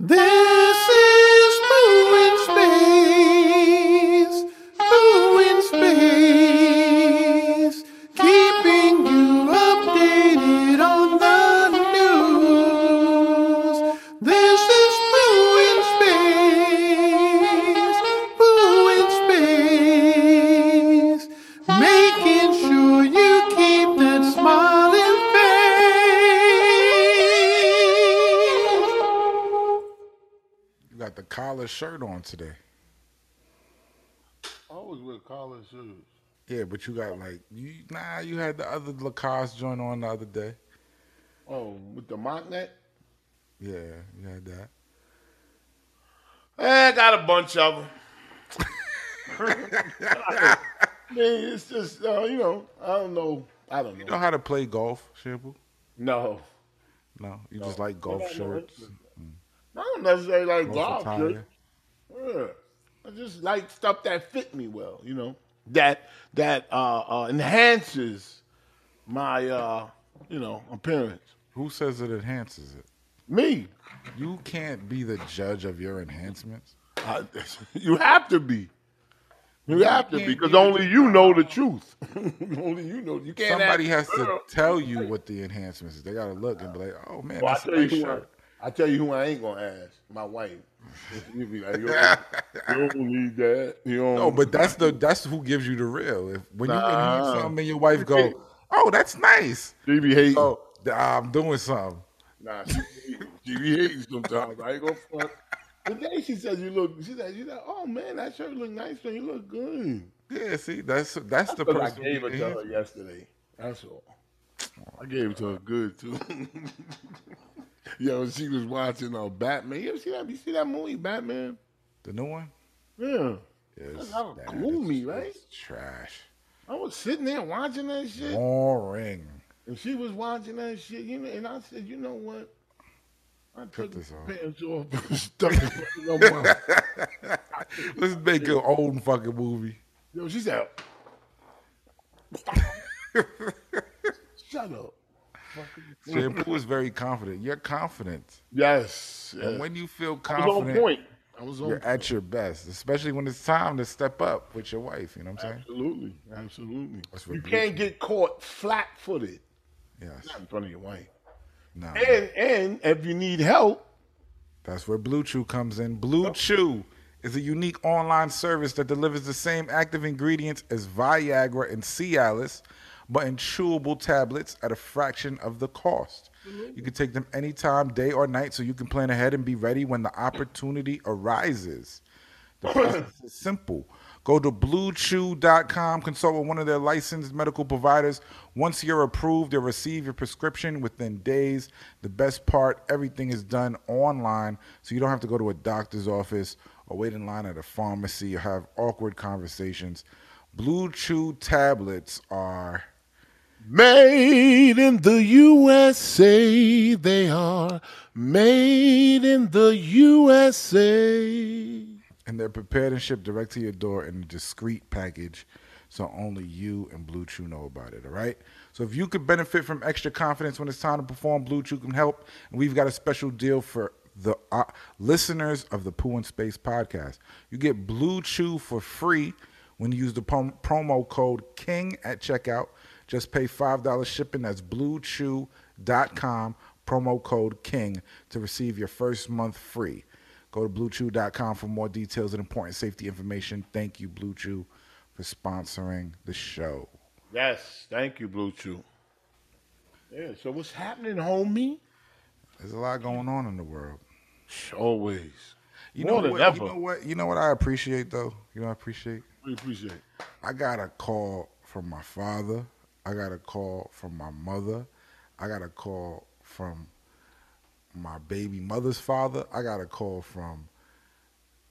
This is Boo in Space. Boo in Space. Keeping you updated on the news. This is Boo in Space. Boo in Space. Making sure you keep that smiling face. You got the collar shirt on today. I always wear collar shoes. Yeah, but you got like you nah, you had the other Lacoste joint on the other day. Oh, with the mock net? Yeah, you had that. Eh, I got a bunch of them. I mean, it's just, uh, you know, I don't know. I don't You know know. how to play golf, Shampoo? No. No. You just like golf No, no, shirts. it's- I don't necessarily like Golf golf attire. shit. Yeah. I just like stuff that fit me well, you know, that that uh, uh, enhances my, uh, you know, appearance. Who says it enhances it? Me. You can't be the judge of your enhancements. I, you have to be. You have to be can't because be the only you know the truth. only you know. You can't. Somebody has ask- to tell you what the enhancements is. They gotta look and be like, oh man, Well, I that's a tell you nice who. I, shirt. I tell you who I ain't gonna ask. My wife. You be like, yo, you don't need that. You don't. No, Oh, but that's the that's who gives you the real. If when you enhance Nah. something and your wife go, Oh, that's nice. she be hating. Oh, th- I'm doing something. Nah, she, be hating. she be hating sometimes. I ain't gonna front. Today she says you look. She said you like, oh man, that shirt look nice. Man, you look good. Yeah, see, that's that's the Because person. I gave who it to her enhanced- yesterday. That's all. I gave it to her good too. Yo, she was watching uh, Batman. You ever see that? You see that movie, Batman? The new one? Yeah. Yes. how gloomy, right? Trash. I was sitting there watching that shit, Boring. and she was watching that shit. You know, and I said, you know what? I took this this on. pants off and stuck it in her mouth. Let's make your own fucking movie. Yo, she said, shut up. Shampoo is very confident. You're confident. Yes. And yes. when you feel I was on confident, point. I was on you're at your best, especially when it's time to step up with your wife. You know what I'm saying? Absolutely, absolutely. That's you ridiculous. can't get caught flat-footed Yes. in front of your wife. No. And and if you need help, That's where Blue Chew comes in. Blue Chew is a unique online service that delivers the same active ingredients as Viagra and Cialis, but in chewable tablets at a fraction of the cost. You can take them anytime, day or night, so you can plan ahead and be ready when the opportunity arises. The process is simple. Go to bluechew.com, consult with one of their licensed medical providers. Once you're approved, you'll receive your prescription within days. The best part, everything is done online, so you don't have to go to a doctor's office or wait in line at a pharmacy or have awkward conversations. Blue Chew tablets are made in the USA, they are made in the USA. and they're prepared and shipped direct to your door in a discreet package so only you and blue chew know about it all right so if you could benefit from extra confidence when it's time to perform blue chew can help and we've got a special deal for the uh, listeners of the poo in space podcast you get blue chew for free when you use the prom- promo code king at checkout just pay $5 shipping that's bluechew.com promo code king to receive your first month free Go to bluechew.com for more details and important safety information. Thank you, Blue Chew, for sponsoring the show. Yes, thank you, Blue Chew. Yeah. So what's happening, homie? There's a lot going on in the world. Always. You More know than what? ever. You know what? You know what I appreciate though. You know what I appreciate. We appreciate. It. I got a call from my father. I got a call from my mother. I got a call from my baby mother's father. I got a call from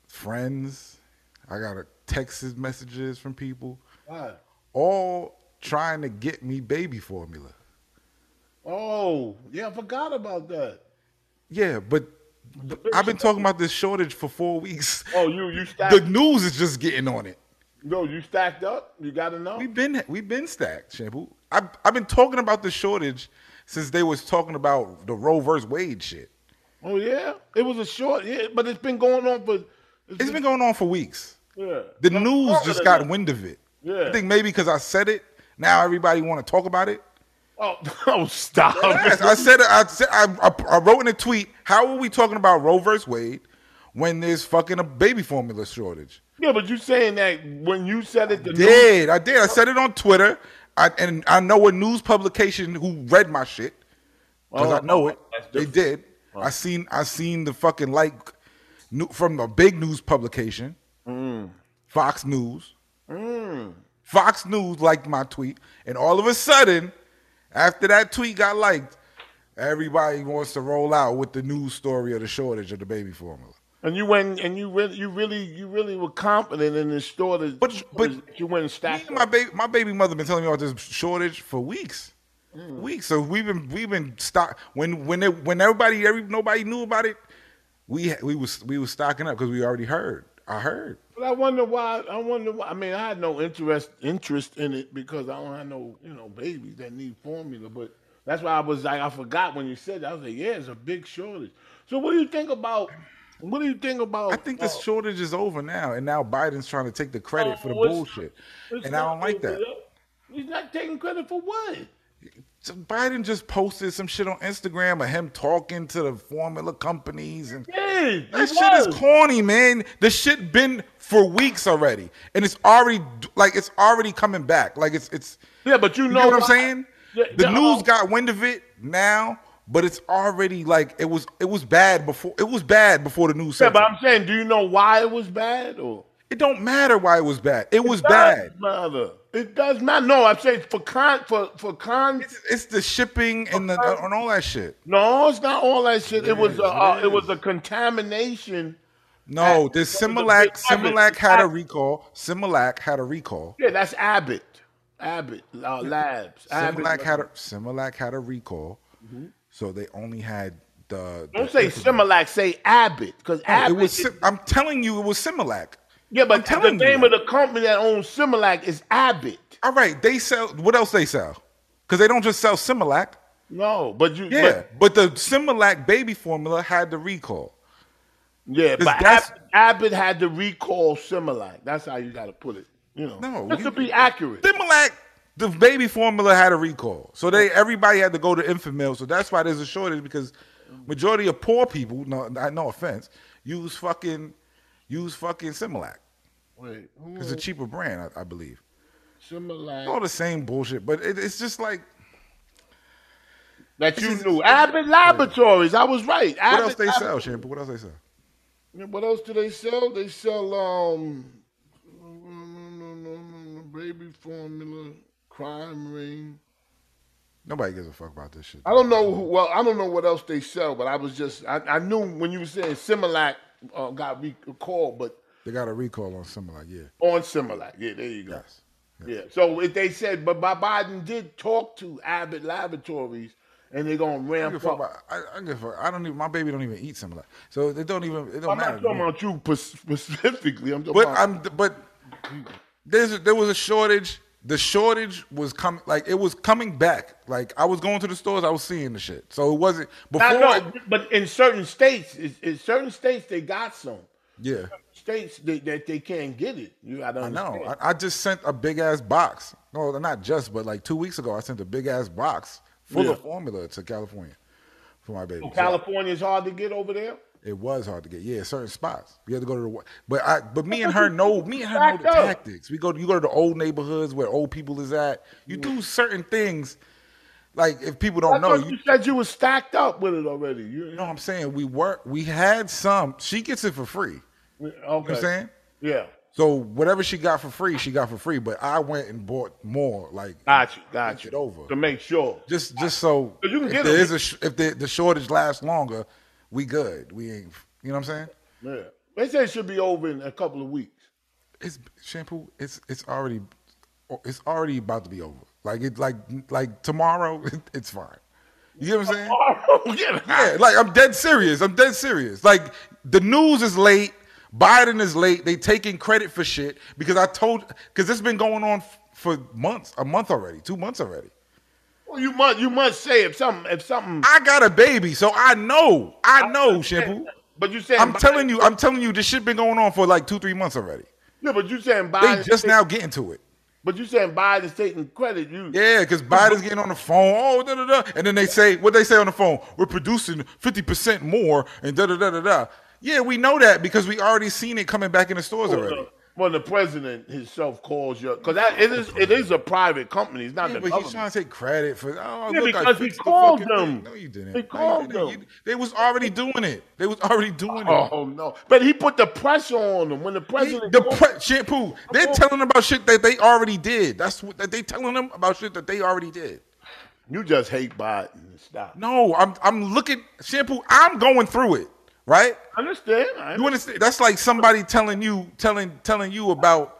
friends. I got a text messages from people. Why? all trying to get me baby formula. Oh, yeah, I forgot about that. Yeah, but but I've been talking about this shortage for four weeks. Oh, you you stacked? The news is just getting on it. no, you stacked up. You got enough. We've been we've been stacked, shampoo. I've I've been talking about the shortage since they was talking about the Roe versus Wade shit. Oh yeah, it was a short. Yeah, but it's been going on for. It's been going on for weeks. yeah. The news all just of got them. wind of it. Yeah. I think maybe because I said it, now everybody want to talk about it. Oh, oh stop! Yes, I said it. I, said, I, I, I wrote in a tweet. How are we talking about Roe versus Wade when there's fucking a baby formula shortage? yeah, but you saying that when you said it, the news- Did I did I said it on Twitter? I, and I know a news publication who read my shit because I know it. Oh, that's They different. Oh. did. I seen I seen the fucking like new, from a big news publication, Mm. Fox News. Fox News liked my tweet, and all of a sudden, after that tweet got liked, everybody wants to roll out with the news story of the shortage of the baby formula. and you went and you really, you really, you really were confident in the store that, But- but- you went and Me stacked. and my up. baby, my baby mother been telling me about this shortage for weeks, Mm. weeks. So we've been we've been stock when when it, when everybody every, nobody knew about it, we we was we was stocking up because we already heard. I heard. But I wonder why. I wonder. Why, I mean, I had no interest interest in it because I don't have no you know babies that need formula. But that's why I was like, I forgot when you said that. I was like, yeah, it's a big shortage. So what do you think about? What do you think about? uh, I think this shortage is over now, and now Biden's trying to take the credit for the Oh, it's- bullshit, and I don't like that. He's not taking credit for what? So Biden just posted some shit on Instagram of him talking to the formula companies, and Hey, That shit is corny, man. The shit been for weeks already, and it's already like it's already coming back. Like it's it's. Yeah, but you You know know what I'm why- saying? Yeah, The yeah, news oh. got wind of it now, but it's already like it was it was bad before it was bad before the news. Yeah, said but something. I'm saying, do you know why it was bad or? it don't matter why it was bad. It was It bad. does matter. It does not. No, I'm saying for con for for con. It's, it's the shipping and the and all that shit. No, it's not all that shit. It, was is, a, it uh, it is. was a contamination. No, this That was a Similac big habit. Similac had a recall. Similac had a recall. Yeah, that's Abbott. Abbott uh, Labs. Abbott. Similac had a Similac had a recall, so they only had the. Mm-hmm. Don't the say infant- Similac. Say Abbott, because It Abbott. was. is- Sim- I'm telling you, it was Similac. yeah, I'm but the telling you name that. of the company that owns Similac is Abbott. All right, they sell. What else they sell? Because they don't just sell Similac. No, but you. Yeah, but, but- the Similac baby formula had the recall. Yeah, but that's- Abbott, Abbott had to recall Similac. That's how you got to put it. You know, No, just you- to be accurate. Similac, the baby formula had a recall, so they everybody had to go to Infamil. So that's why there's a shortage because majority of poor people, no, no offense, use fucking use fucking Similac. Wait, who It's a cheaper brand, I, I believe. All Similac the same bullshit, but it, it's just like that you This is- knew? Abbott Laboratories. I was right. what Abbott, else they sell, shampoo. What else they sell? Lab- What else do they sell? They sell um, baby formula, crime ring. Nobody gives a fuck about this shit. I don't know. Who, well, I don't know what else they sell, but I was just I, I knew when you were saying Similac uh, got recalled, but They got a recall on Similac, yeah. on Similac. Yeah, there you go. Yes. Yeah. So if they said, but Bob Biden did talk to Abbott Laboratories, and they're gonna I don't ramp give a fuck up. about- I, I give a fuck. I don't even. My baby don't even eat Similac, so it don't even. It don't I'm matter. to not me. talking about you pers- specifically. I'm talking But about. I'm. But there's there was a shortage. The shortage was coming. Like it was coming back. Like I was going to the stores. I was seeing the shit. So it wasn't before. I know, it- but in certain states, it's- in certain states they got some yeah. states that, that they can't get it. You gotta I understand. know. I, I just sent a big ass box. No, not just, but like two weeks ago, I sent a big ass box full of Yeah. formula to California for my baby. So California is hard to get over there. It was hard to get. Yeah, certain spots. You had to go to the. wa- But I. But me and her know. Me and her know the Back up. tactics. We go. You go to the old neighborhoods where old people is at. You do certain things. Like if people I don't know, thought you you said you were stacked up with it already. You, know what I'm saying. We work. We had some. She gets it for free. You know what okay? I'm saying. Yeah. So whatever she got for free, she got for free. But I went and bought more. Like Got you. Got Get you. it over. to make sure. just just so But you can if get there them. is a sh- if the, the shortage lasts longer, we good. We ain't you know what I'm saying? Yeah. They said it should be over in a couple of weeks. It's shampoo. It's it's already it's already about to be over. Like it like like tomorrow it's fine. You get what I'm saying? Oh, yeah. Yeah, like I'm dead serious. I'm dead serious. Like the news is late. Biden is late. They taking credit for shit because I told because it's been going on f- for months, a month already, two months already. Well, you must you must say if something if something. I got a baby, so I know. I know, Shampoo. But you saying I'm telling you, I'm telling you, this shit been going on for like two, three months already. Yeah, but you saying They Biden just now getting to it. But you saying Biden's taking credit. You Yeah, because Biden's getting on the phone. Oh, da da da. And then they say, what they say on the phone? We're producing 50% more and da da da da da. Yeah, we know that because we already seen it coming back in the stores already. Well, the president himself calls you because that it is it is a private company. It's not Yeah, the but he's government. trying to take credit for. Oh, Yeah, look, I because he fixed the called fucking thing. them. No, you didn't. He No, you called didn't. them. You- they was already doing it. They was already doing it. oh no! But he put the pressure on them when the He- president. the calls- pre- shampoo. Oh. They're telling them about shit that they already did. That's what that they telling them about shit that they already did. you just hate Biden. Stop. No, I'm I'm looking shampoo. I'm going through it. Right? I understand. I You understand? That's like somebody telling you telling telling you about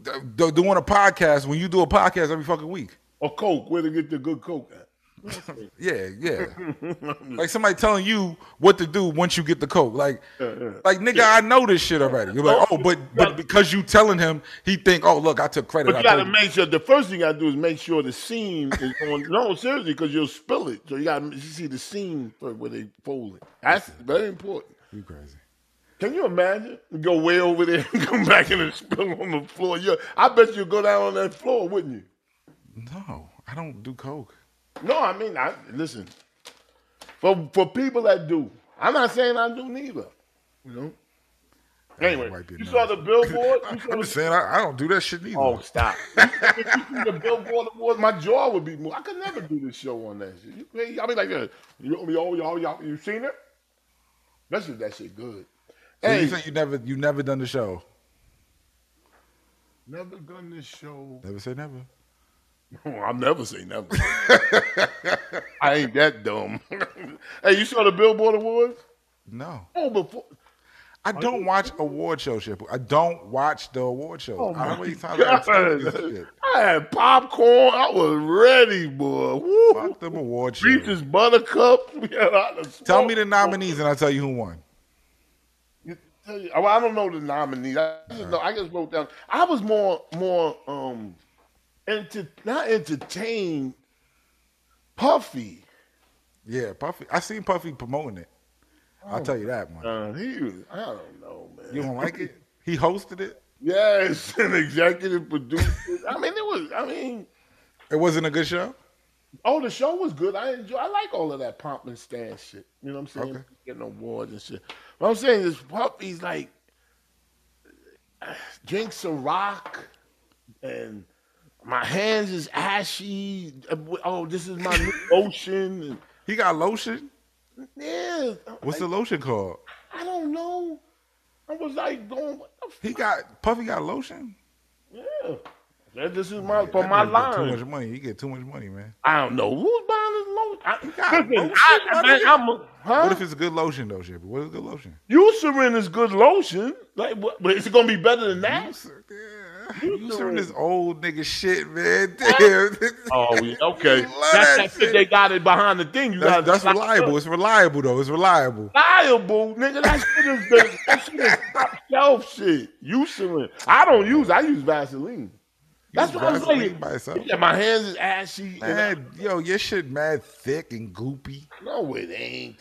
the, the, doing a podcast when you do a podcast every fucking week. Or Coke. Where to get the good Coke at? Yeah, yeah. like somebody telling you what to do once you get the coke. Like, like nigga, I know this shit already. You're like, oh, but but because you telling him, he think, oh, look, I took credit. But you I gotta told you. make sure the first thing you gotta do is make sure the seam is on. no, seriously, because you'll spill it. So you gotta you see the seam first where they fold it. That's very important. You crazy. Can you imagine? Go way over there and come back and it spill on the floor. Yeah, I bet you'd go down on that floor, wouldn't you? No, I don't do coke. No, I mean, I listen. For for people that do, I'm not saying I do neither. You know. Anyway, might be you saw the billboard. You saw I'm the just saying, I, I don't do that shit either. Oh, stop. If you see the Billboard Awards, my jaw would be moved. I could never do this show on that shit. You crazy? I mean, like, uh, you, yo, yo, yo, you seen it? That's just that shit good. So Hey, you say you never, you never done the show. never done this show. Never say never. I'll Oh, never say never. I ain't that dumb. hey, you saw the Billboard Awards? No, Oh, before. I don't watch award show shit. I don't watch the award show. I don't waste time. Oh God. I had popcorn. I was ready, boy. Woo. Fuck them award shows. Reese's Buttercup. We had all the Tell smoke. me the nominees and I'll tell you who won. You tell you- well, I don't know the nominee. I just Uh-huh. know. I just wrote down. I was more more um, enter, not entertained. Puffy, Yeah, Puffy. I seen Puffy promoting it. I'll tell you that one. uh, he was. I don't know, man. Uh-huh. You don't like it? He hosted it. Yes, an executive producer. I mean, it was. I mean, It wasn't a good show. oh, the show was good. I enjoy. I like all of that pomp and stand shit. You know what I'm saying? Okay. Getting awards and shit. What I'm saying is, Puffy's like drinks a rock and my hands is ashy. Oh, this is my new lotion. And, He got lotion. yeah, What's the lotion called? I don't know. I was like, going, what the He got Puffy got lotion. f- yeah. This is my for That nigga my get line. Too much money. He get too much money, man. I don't know who's buying this lotion. I, God, listen, lotion, I, I, my man, nigga. I'm a, huh? What if it's a good lotion though, Shepard? What is good lotion? Eucerin is good lotion. Like, what, but is it gonna be better than that? You serving this old nigga shit, man. Damn. Oh, yeah, okay. You love That's that that shit. shit they got it behind the thing. You That's, got that's reliable. It's reliable though. It's reliable. Liable, nigga. That shit is the that shit is top shelf shit. Eucerin. I don't use. I use Vaseline. That's Use what I'm Vaseline saying. by itself. Yeah, my hands is ashy. and I- Man, yo, your shit mad thick and goopy. no, it ain't.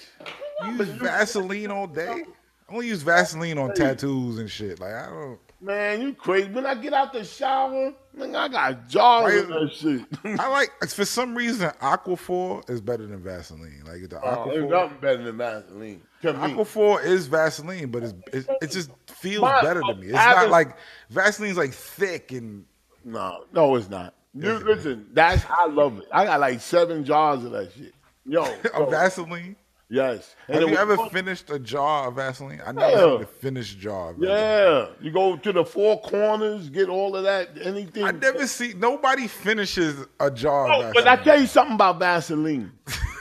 You use Vaseline all day. I only use Vaseline on tattoos and shit. Like I don't. Man, you crazy. When I get out the shower, nigga, I got jars of Why that shit. I like for some reason Aquaphor is better than Vaseline. Like the Oh, there's Aquaphor, nothing better than Vaseline. To me. Aquaphor is Vaseline, but it's, it, it just feels My- better to me. It's I not haven't- like Vaseline's like thick and No, no, it's not. You, listen, that's I love it. I got like seven jars of that shit. Yo, of so- Vaseline. yes. And Have it you was- ever finished a jar of Vaseline? I never Yeah. seen a finished jar. Of Vaseline. Yeah, you go to the four corners, get all of that. Anything. I never see nobody finishes a jar. Oh, of but I Vaseline. tell you something about Vaseline.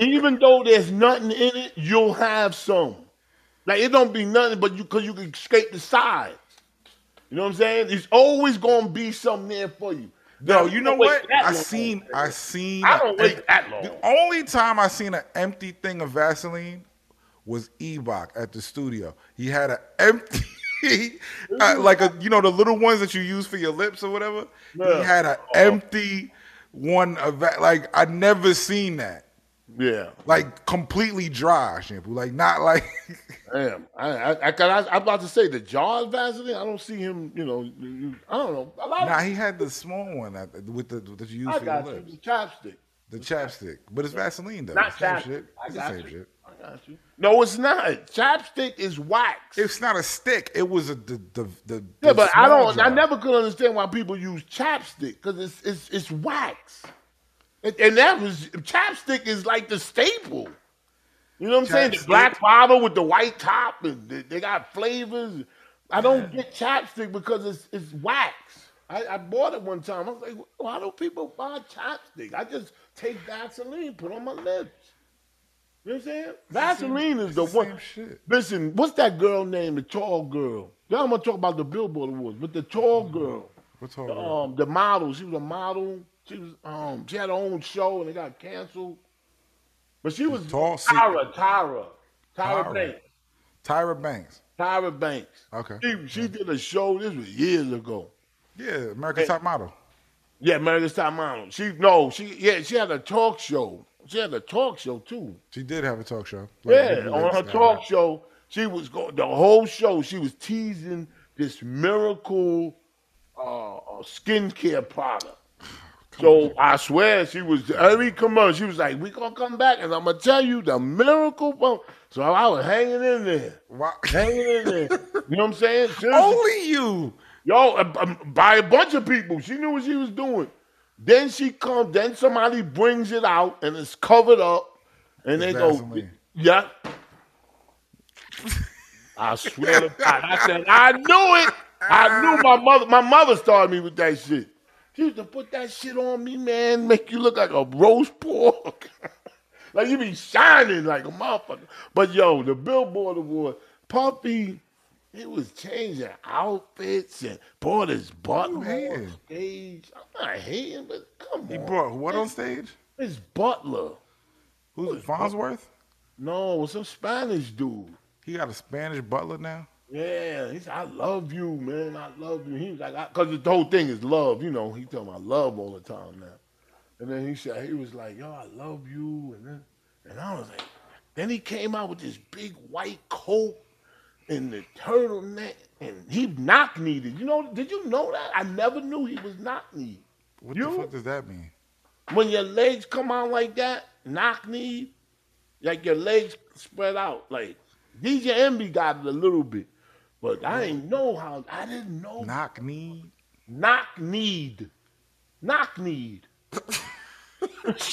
Even though there's nothing in it, you'll have some. Like it don't be nothing, but you cause you can escape the sides. You know what I'm saying? There's always gonna be something there for you. No, Now, you know don't wait what? that I long. seen, I seen. I don't a- wait that long. The only time I seen an empty thing of Vaseline was Ebok at the studio. He had an empty, uh, like a you know the little ones that you use for your lips or whatever. He Yeah. Oh. had an empty one of that. Like I never seen that. Yeah. Like completely dry shampoo. Like not like Damn, I, I, I, 'cause I, I'm about to say the Jaws Vaseline. I don't see him. You know, you- I don't know. A lot nah. of He had the small one that with the that you use I for your got you. lips, The chapstick. the chapstick. But it's Vaseline though. Not It's the same chapstick. shit. I It's the got same you. shit. I got you. No, it's not. Chapstick is wax. It's not a stick. It was a the the the. yeah, the but I small don't. I jar. never could understand why people use chapstick because it's it's it's wax, and, and that was chapstick is like the staple. You know what I'm saying? The Chapstick. black bottle with the white top, and they, they got flavors. I don't get chapstick because it's it's wax. I, I bought it one time. I was like, why do people buy chapstick? I just take Vaseline, put on my lips. You know what I'm saying? Vaseline is the, the one. same shit. Listen, what's that girl name? The tall girl. Now I'm gonna talk about the Billboard Awards, but the tall girl, What's all the, that? um, the model. She was a model. She was um, she had her own show and it got canceled. But she was Tall se- Tyra, Tyra, Tyra, Tyra. Banks, Tyra Banks. Tyra Banks. Okay. Mm. She, she did a show. This was years ago. Yeah, American Top Model. Yeah, America's Top Model. She no, she yeah, she had a talk show. She had a talk show too. She did have a talk show. Like, Yeah, really on her good. talk show, she was go- the whole show. She was teasing this miracle uh, uh, skincare product. So I swear she was every commercial. She was like, "We gonna come back, and I'm gonna tell you the miracle." pro-" So I was hanging in there, Why- hanging in there. you know what I'm saying? Seriously. Only you. Yo, uh, um, by a bunch of people. She knew what she was doing. Then she comes, then somebody brings it out and it's covered up. And they It's go, Vaseline. yeah. I swear to God. I said, I knew it. I knew my mother. My mother started me with that shit. She used to put that shit on me, man, make you look like a roast pork. like you be shining like a motherfucker. But yo, the Billboard Award, Puffy, he was changing outfits and brought his button on hating. stage. I'm not hating, but come He on. brought what on stage? His butler. Who's Fonsworth? No, some Spanish dude. He got a Spanish butler now. Yeah, he said, I love you, man. I love you. He was like, because the whole thing is love. You know, he tell me I love all the time now. And then he said, he was like, yo, I love you. And then, and I was like, then he came out with this big white coat and the turtleneck, and he knock kneaded. You know, did you know that? I never knew he was knock kneed. What You? the fuck does that mean? When your legs come out like that, knock kneed, like your legs spread out. Like DJ Envy got it a little bit. But I ain't know how I didn't know Knock knee. knock kneed. Knock kneed.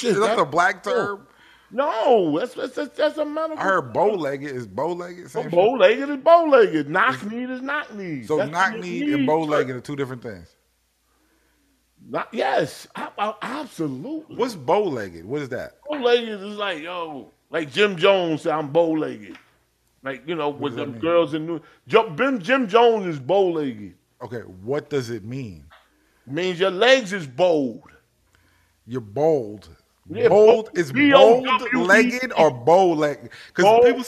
Is that the black term? No, that's that's that's, that's a medical. I heard bow legged is bow legged. Same bow shit. legged is bow legged. Knock kneed is knock kneed. So That's knock what it knee and means. bow legged are two different things. Knock- yes, I, I, absolutely. What's bow legged? What is that? bow legged is like yo, like Jim Jones said, I'm bow legged. Like you know, with does that them mean? girls in New. Jim, Jim- Jim Jones is bow legged. Okay, what does it mean? Means your legs is bowed. You're bold. Yeah, bold bold. is bold B-O-W-E-D. legged or E. bow legged? Because Bold. people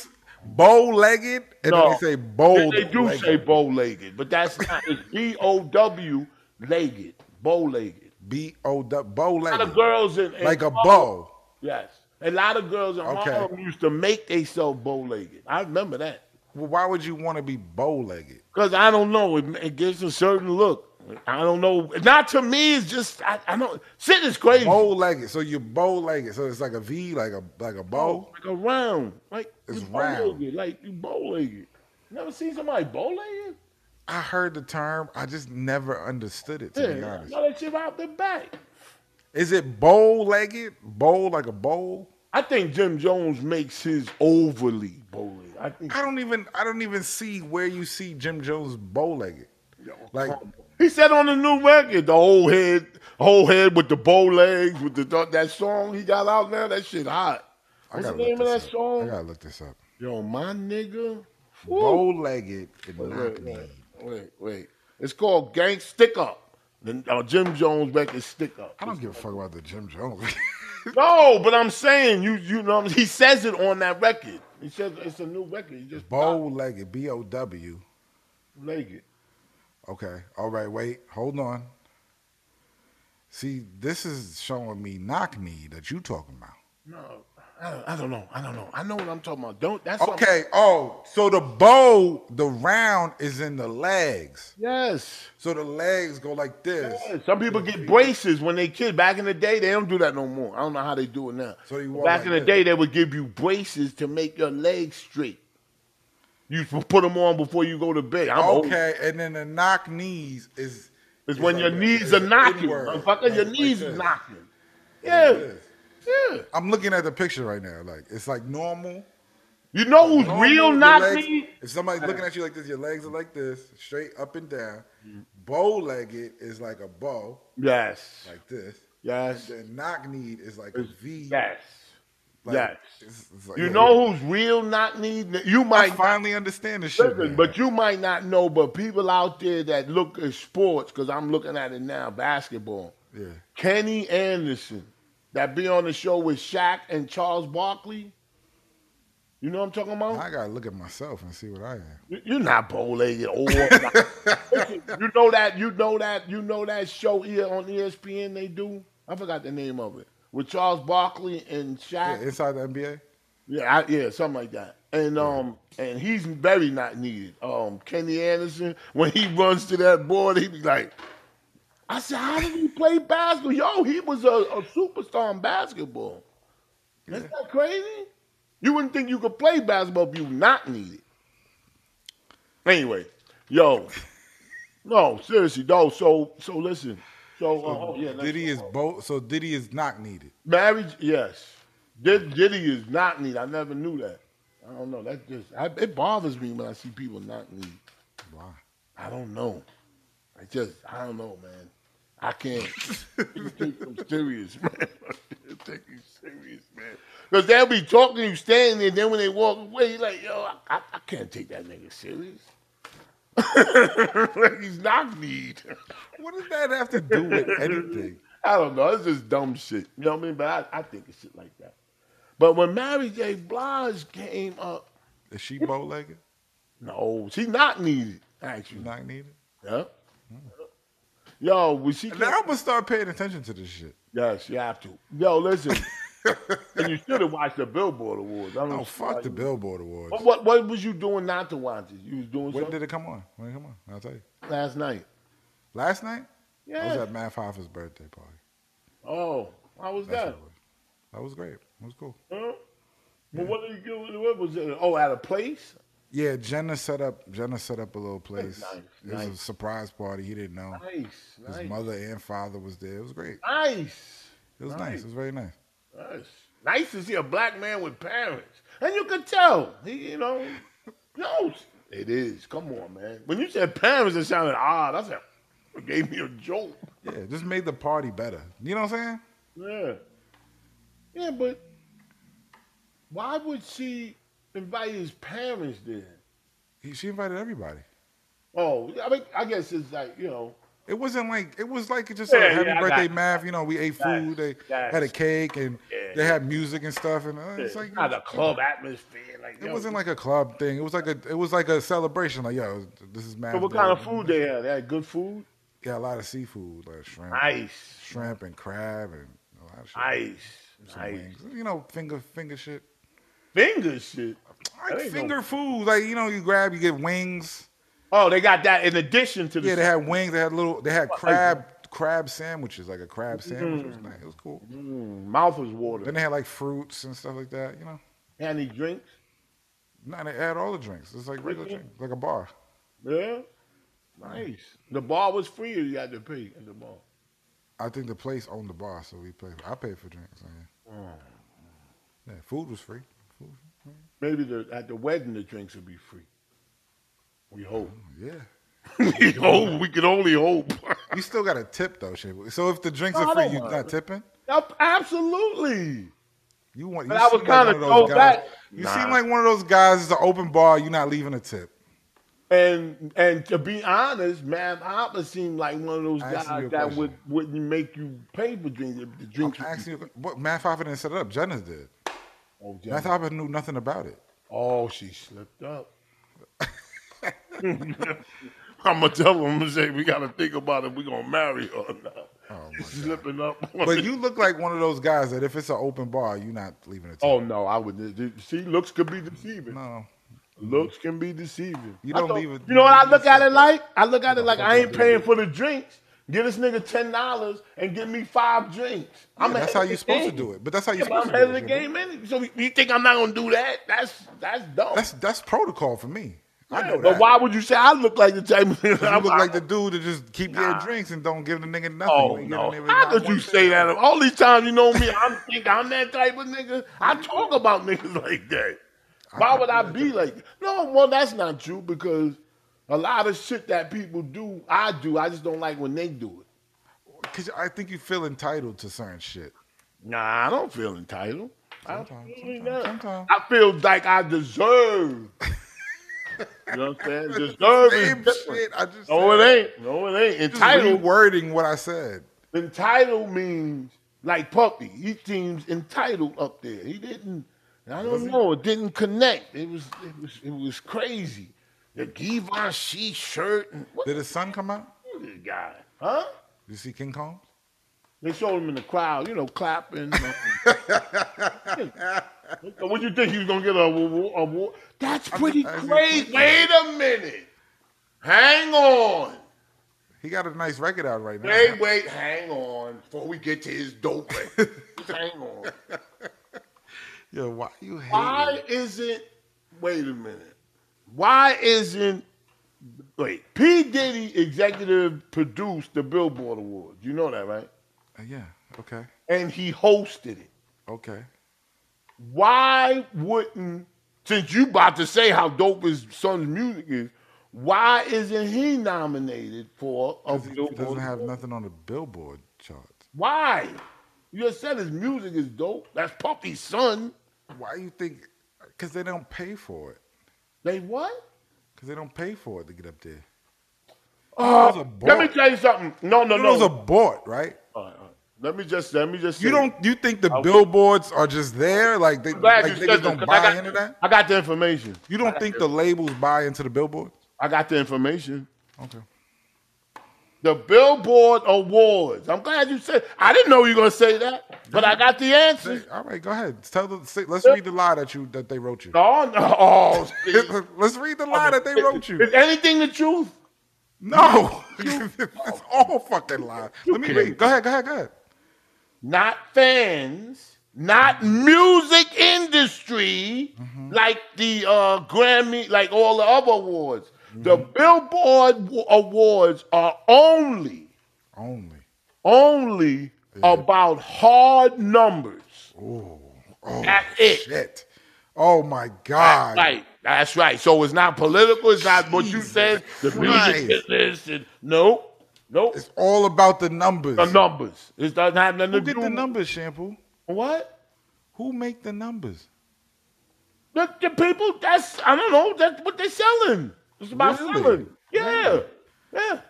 bow legged and No. then they say bold. They do say bow legged, but that's not. It's B O W legged, bow legged. B O W bow A lot of legged. girls in, in Like a Harlem- bow. Yes, a lot of girls in Okay. Harlem used to make themselves bow legged. I remember that Well, why would you want to be bow legged? because I don't know. It, it gives a certain look. I don't know. Not to me. It's just I, I don't. Shit is crazy. Bow legged. So you're bow legged. So it's like a V, like a like a bow. like a round, like Oh. It's you bow round. legged, like you bow legged. Never seen somebody bow legged. I heard the term. I just never understood it to be Yeah, honest. know that shit out the back. Is it bow legged? Bow like a bowl? I think Jim Jones makes his overly bowling. I think I don't even I don't even see where you see Jim Jones bow legged. Like he said on the new record, the whole head, whole head with the bow legs, with the that song he got out now. That shit hot. I What's the gotta name of look that this up. I song? gotta look this up. Yo, my nigga. Woo. Bow legged and knock Wait, wait, knee. wait, wait. It's called Gang Stick Up. The uh, Jim Jones record Stick Up. I don't give a fuck about the Jim Jones. No, but I'm saying you, you know, what I'm- he says it on that record. He says it's a new record. He just bow legged, B O W. legged. Okay. All right. Wait. Hold on. See, this is showing me knock me that you talking about. No, I don't, I don't know. I don't know. I know what I'm talking about. Don't. That's what I'm- Okay. Oh, so the bow, the round is in the legs. yes. So the legs go like this. Yeah, Some people get braces when they kid. Back in the day, they don't do that no more. I don't know how they do it now. So you walk Back like in the this. day, they would give you braces to make your legs straight. You p- put them on before you go to bed. I'm old. Okay, and then the knock knees is It's when like your that. knees It's are knocking, inward. motherfucker. Like- your like knees this. is knocking. Yeah, this. yeah. I'm looking at the picture right now. Like it's like normal. You know who's normal, real your knock legs- knees? If somebody's looking at you like this, your legs are like this, straight up and down. Bow legged is like a bow, Yes, like this. yes, The knock knee is like a V. yes. like, yes. it's- it's like- You yeah. know who's real knock knees? You I might finally understand this shit. Listen, now. but you might not know, but people out there that look at sports, because I'm looking at it now, basketball. Yeah. Kenny Anderson, that be on the show with Shaq and Charles Barkley. You know what I'm talking about? I gotta look at myself and see what I am. You- You're not bow legged old. Listen, you know that you know that you know that show here on E ESPN they do? I forgot the name of it. With Charles Barkley and Yeah, Shaq. inside the NBA. Yeah, I, yeah, something like that. And um, and he's very not needed. Um, Kenny Anderson, when he runs to that board, he be like, "I said, how did he play basketball? Yo, he was a, a superstar in basketball. That's not crazy. You wouldn't think you could play basketball if you not needed. Anyway, yo, no, seriously, though. So, so listen. So, uh, oh, yeah, let's- Diddy is bow. So Diddy is knock needed. Marriage, yes. Did, Diddy is not neat. I never knew that. I don't know. That just I, it bothers me when I see people not neat. Why? I don't know. I just I don't know, man. I can't You take them serious, man. You take you serious, man. Cause they'll be talking to you, standing there. Then when they walk away, you're like, yo, I, I, I can't take that nigga serious. like he's not neat. What does that have to do with anything? I don't know. It's just dumb shit. You know what I mean? But I, I think of shit like that. But when Mary J. Blige came up, Is she bow legged? no, she not needed, actually. Knock needed? Yeah. Yo, when she came, Now I'm gonna start paying attention to this shit. yes, you have to. Yo, listen, and you should have watched the Billboard Awards. I don't Oh know why fuck the you- Billboard Awards. What, what what was you doing not to watch it? You was doing When something did it come on? When did it come on? I'll tell you. last night. Last night? I was Yeah. at Math Hoffa's birthday party. Oh, how was That's that? what it was. That was great. It was cool. Huh? Well, what did you do? What was it? Oh, at a place? Yeah, Jenna set up Jenna set up a little place. Nice, it was a nice. surprise party. He didn't know. Nice, His nice, mother and father was there. It was great. nice. It was nice. Nice. It was very nice. Nice. Nice to see a black man with parents. And you could tell. He, you know, knows. It is. Come on, man. When you said parents, it sounded odd. I said, it gave me a joke. Yeah, it just made the party better. You know what I'm saying? Yeah. Yeah, but why would she invite his parents then? He, she invited everybody. Oh, I mean, I guess it's like, you know, It wasn't like it was like just Yeah, a happy yeah, I birthday got it. math. You know, we ate Got it, food. They got it. had a cake and Yeah. they had music and stuff. And uh, it's it's like not a club atmosphere. Like, It yo, wasn't like a club thing. It was like a it was like a celebration. Like yo, this is math. So what day. kind of food they had? They had good food? Yeah, a lot of seafood, like shrimp, Nice. shrimp and crab and a lot of shit. Nice. Some Nice. wings. You know, finger finger shit. Finger shit. Like ain't no- finger food. Like you know, you grab, you get wings. Oh, they got that in addition to the. Yeah, they had wings. They had little. They had crab crab sandwiches, like a crab sandwich. It was Mm-hmm. nice. It was cool. Mm, mouth was Then watering. they had like fruits and stuff like that. You know, And he drinks. no, they had all the drinks. It's like regular Mhm. drink, like a bar. Yeah. Nice. The bar was free or you had to pay at the bar? I think the place owned the bar, so we paid. I paid for drinks. so yeah. Mm-hmm. Yeah, food was free. Food, was Maybe the, at the wedding the drinks would be free. We hope. free. yeah. we hope. We can only hope. You still got to tip though, shit. So if the drinks No, I are free, don't you're mind. not tipping. Yup, Absolutely. You want? But you I was seem like kinda one those throw guys- back. You Nah. seem like one of those guys. It's an open bar. You're not leaving a tip. And and to be honest, man, Oppa seemed like one of those I asked you a guys that question. would, wouldn't make you pay for drinks if the I'm drinks were asking you, what Matt Hopper didn't set it up. Jenna did. Oh, Matt Jenna. Hopper knew nothing about it. Oh, she slipped up. I'm gonna tell him. I'm gonna say we gotta think about if we gonna marry her or not. Slipping up. Oh, But you look like one of those guys that if it's an open bar, you're not leaving it. Oh no, I would. See, looks could be deceiving. no. Looks can be deceiving. You I don't thought- leave it- You know what I look at it like? I look at it like I ain't paying for the drinks. Give this nigga ten dollars and give me five drinks. I'm Yeah, that's ahead how of you're the supposed to game. do it. But that's how you're Yeah, but I'm supposed ahead to of do the it. Jimmy. game anyway. So you think I'm not gonna do that? That's that's dumb. That's that's protocol for me. I know but that. why would you say I look like the type? Of, you look like the dude that just keep your drinks and don't give the nigga nothing. Oh You ain't no! giving nigga How not could one you say thing. that? All these times you know me, I'm think I'm that type of nigga. I talk about niggas like that. Why would I be like that? No, well that's not true because a lot of shit that people do, I do. I just don't like when they do it. Cause I think you feel entitled to certain shit. Nah, I don't feel entitled. Sometimes, I, sometimes, not. sometimes. I feel like I deserve. you know what I'm saying? Deserve is Same different. shit. I just No, said. it ain't. No, it ain't. Just Entitled rewording what I said. Entitled means like puppy. He seems entitled up there. He didn't. I don't know. It didn't connect. It was. It was. It was crazy. The Givenchy shirt. And what Did his son come out? is this guy? Huh? You see King Kong? They showed him in the crowd. You know, clapping. So what you think he was gonna get a award? award? That's pretty I see- crazy. Wait a minute. Hang on. He got a nice record out right now. Wait, wait, hang on. Before we get to his dope record, hang on. Yo, why you hate? Why isn't? Wait a minute. Why isn't? Wait, P Diddy executive produced the Billboard Awards. You know that, right? Uh, Yeah. Okay. And he hosted it. Okay. Why wouldn't? Since you about to say how dope his son's music is, why isn't he nominated for a He Billboard? doesn't have Award? nothing on the Billboard chart. Why? You just said his music is dope. That's Puffy's son. Why you think? Because they don't pay for it. They what? Because they don't pay for it to get up there. Uh, Those are let me bought. tell you something. No, no, no. Those are bought, right? All right, all right. Let me just let me just. You say- don't. You think the billboards are just there? Like they I'm glad like you niggas said don't this, 'cause I buy got- into that? I got the information. You don't think the labels buy into the billboards? I got the information. Okay. The Billboard Awards. I'm glad you said. I didn't know you were gonna say that, but I got the Hey, answer. all right, go ahead. Tell the. Say, let's read the lie that you that they wrote you. No, no. Oh, Steve. Let's read the lie that they wrote you. Is anything the truth? No, it's all fucking lie. Let me kidding read. Go ahead. Go ahead. Go ahead. Not fans. Not music industry, Mm-hmm. like the uh, Grammy, like all the other awards. The Mm-hmm. Billboard wa- Awards are only Only. only about hard numbers. Oh, That's it. Shit. Oh my God. Right. That's right. So it's not political. It's not what you Jesus said. The Christ. music business. And, nope. Nope. It's all about the numbers. the numbers. It doesn't have nothing Who to get do the numbers, Shampoo? What? Who make the numbers? The, the people, that's, I don't know. That's what they're selling. It's about Really? selling. Yeah. Yeah.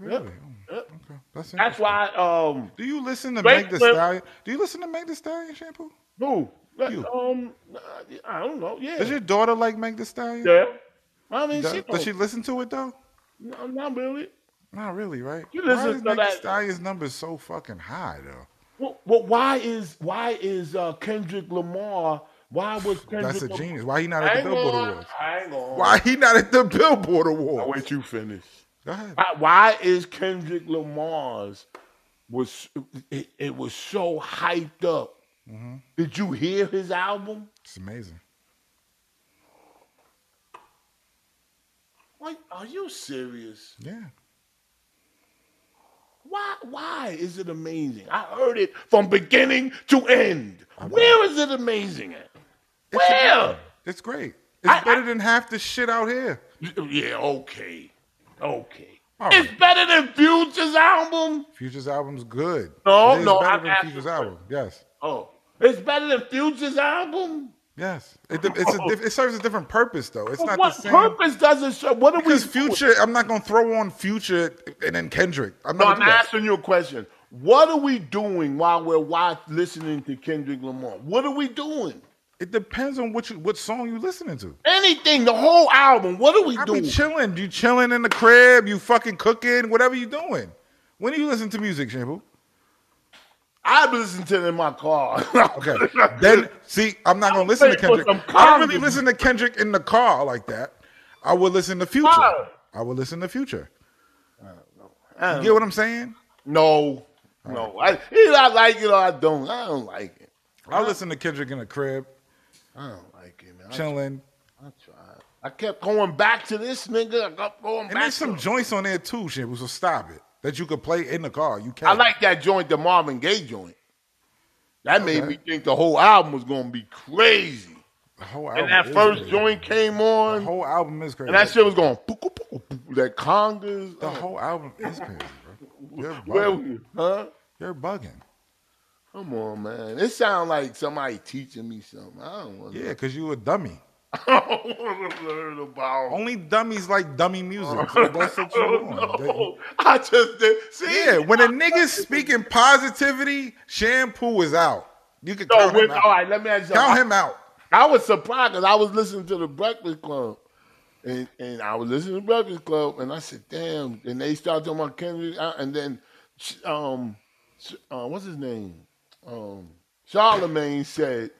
Really? Oh, Okay. That's, Uh, That's interesting. why, um, Do you listen to Drake Meg Thee Clip- Stallion? Do you listen to Meg Thee Stallion, Shampoo? who? That, You. Um, I don't know. Yeah. Does your daughter like Meg Thee Stallion? yeah. I mean, Does, she, does she she listen to it though? no, not really. Not really, right? You Why listen is to Meg Thee that- Stallion's numbers so fucking high though? Well, well, why is why is uh, Kendrick Lamar? Why was Kendrick? That's a Lamar- genius. Why he not at Hang the Billboard on, Awards? hang on. Why he not at the Billboard Awards? Wait, you finish. Go ahead. Why, why is Kendrick Lamar's was it, it was so hyped up? Mm-hmm. Did you hear his album? It's amazing. Like, are you serious? Yeah. Why? Why is it amazing? I heard it from beginning to end. Where is it amazing at? It's Where? It's great. It's I- better than half the shit out here. Yeah, okay, okay. All it's right. better than Future's album. Future's album's good. No, It is no, better I'm than asking Future's for- album. Yes, Oh, it's better than Future's album. yes. It, it's a, diff- it serves a different purpose though. It's not what the same. purpose does it serve? What are we? Because Future, I'm not gonna throw on Future and then Kendrick. I'm No, not. I'm gonna do that. asking you a question. What are we doing while we're watch, listening to Kendrick Lamar? What are we doing? It depends on what you what song you listening to. Anything, the whole album. What are we I be doing? chilling. You chilling in the crib. You fucking cooking. Whatever you doing. When do you listen to music, Shampoo? I listen to it in my car. Okay. then see, I'm not gonna listen to waiting for Kendrick. some I don't really Congress. listen to Kendrick in the car like that. I would listen to Future. Why? I would listen to Future. I You don't- get what I'm saying? no, no. I, either I like it or I don't. I don't like it. I listen to Kendrick in the crib, I don't like it, man. I, chilling. I tried. I kept going back to this nigga. I kept going And back. there's some to joints on there too, Shampoo. So stop it. That you could play in the car. You can't. I like that joint, the Marvin Gaye joint. That made me think the whole album was gonna be crazy. the whole And album. that is first crazy. joint came The on, whole album is crazy. and that shit was going poo-coo, poo-coo, poo-coo, that congas. the Oh, whole album is crazy, bro. You're where bugging. we- huh? You're bugging. Come on, man. It sounds like somebody teaching me something. I don't want Yeah, because you a dummy. to learn about. Only dummies like dummy music. So that's what you want. That- Oh, I just did. See, Yeah, when a nigga's speaking positivity, shampoo is out. You can so count when, him all out. right, let me ask you. Count something. him out. I was surprised because I was listening to the Breakfast Club, and and I was listening to Breakfast Club, and I said, "Damn!" And they started talking about Kennedy, uh, and then, sh- um, sh- uh, what's his name? Um, Charlemagne said,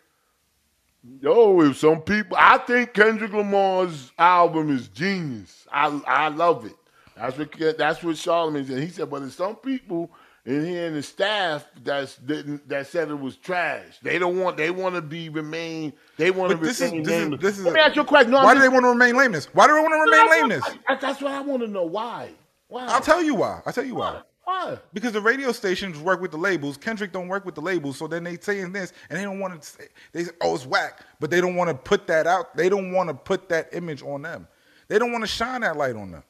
"Yo, if some people, I think Kendrick Lamar's album is genius. I I love it. That's what Ke- that's what Charlemagne said. He said, but there's some people." In here, in the staff that's didn't, that said it was trash. They don't want. They want to be remain. They want to But this is retain this is nameless. this is. Let me ask you a question. No, I'm why do just- they want to remain lameness? Why do they want to remain lameness? That- That's what I want to know. Why? Why? I'll tell you why. I'll tell you why. Why? Because the radio stations work with the labels. Kendrick don't work with the labels, so then they saying this, and they don't want to. Say, they say, oh, it's whack, but they don't want to put that out. They don't want to put that image on them. They don't want to shine that light on them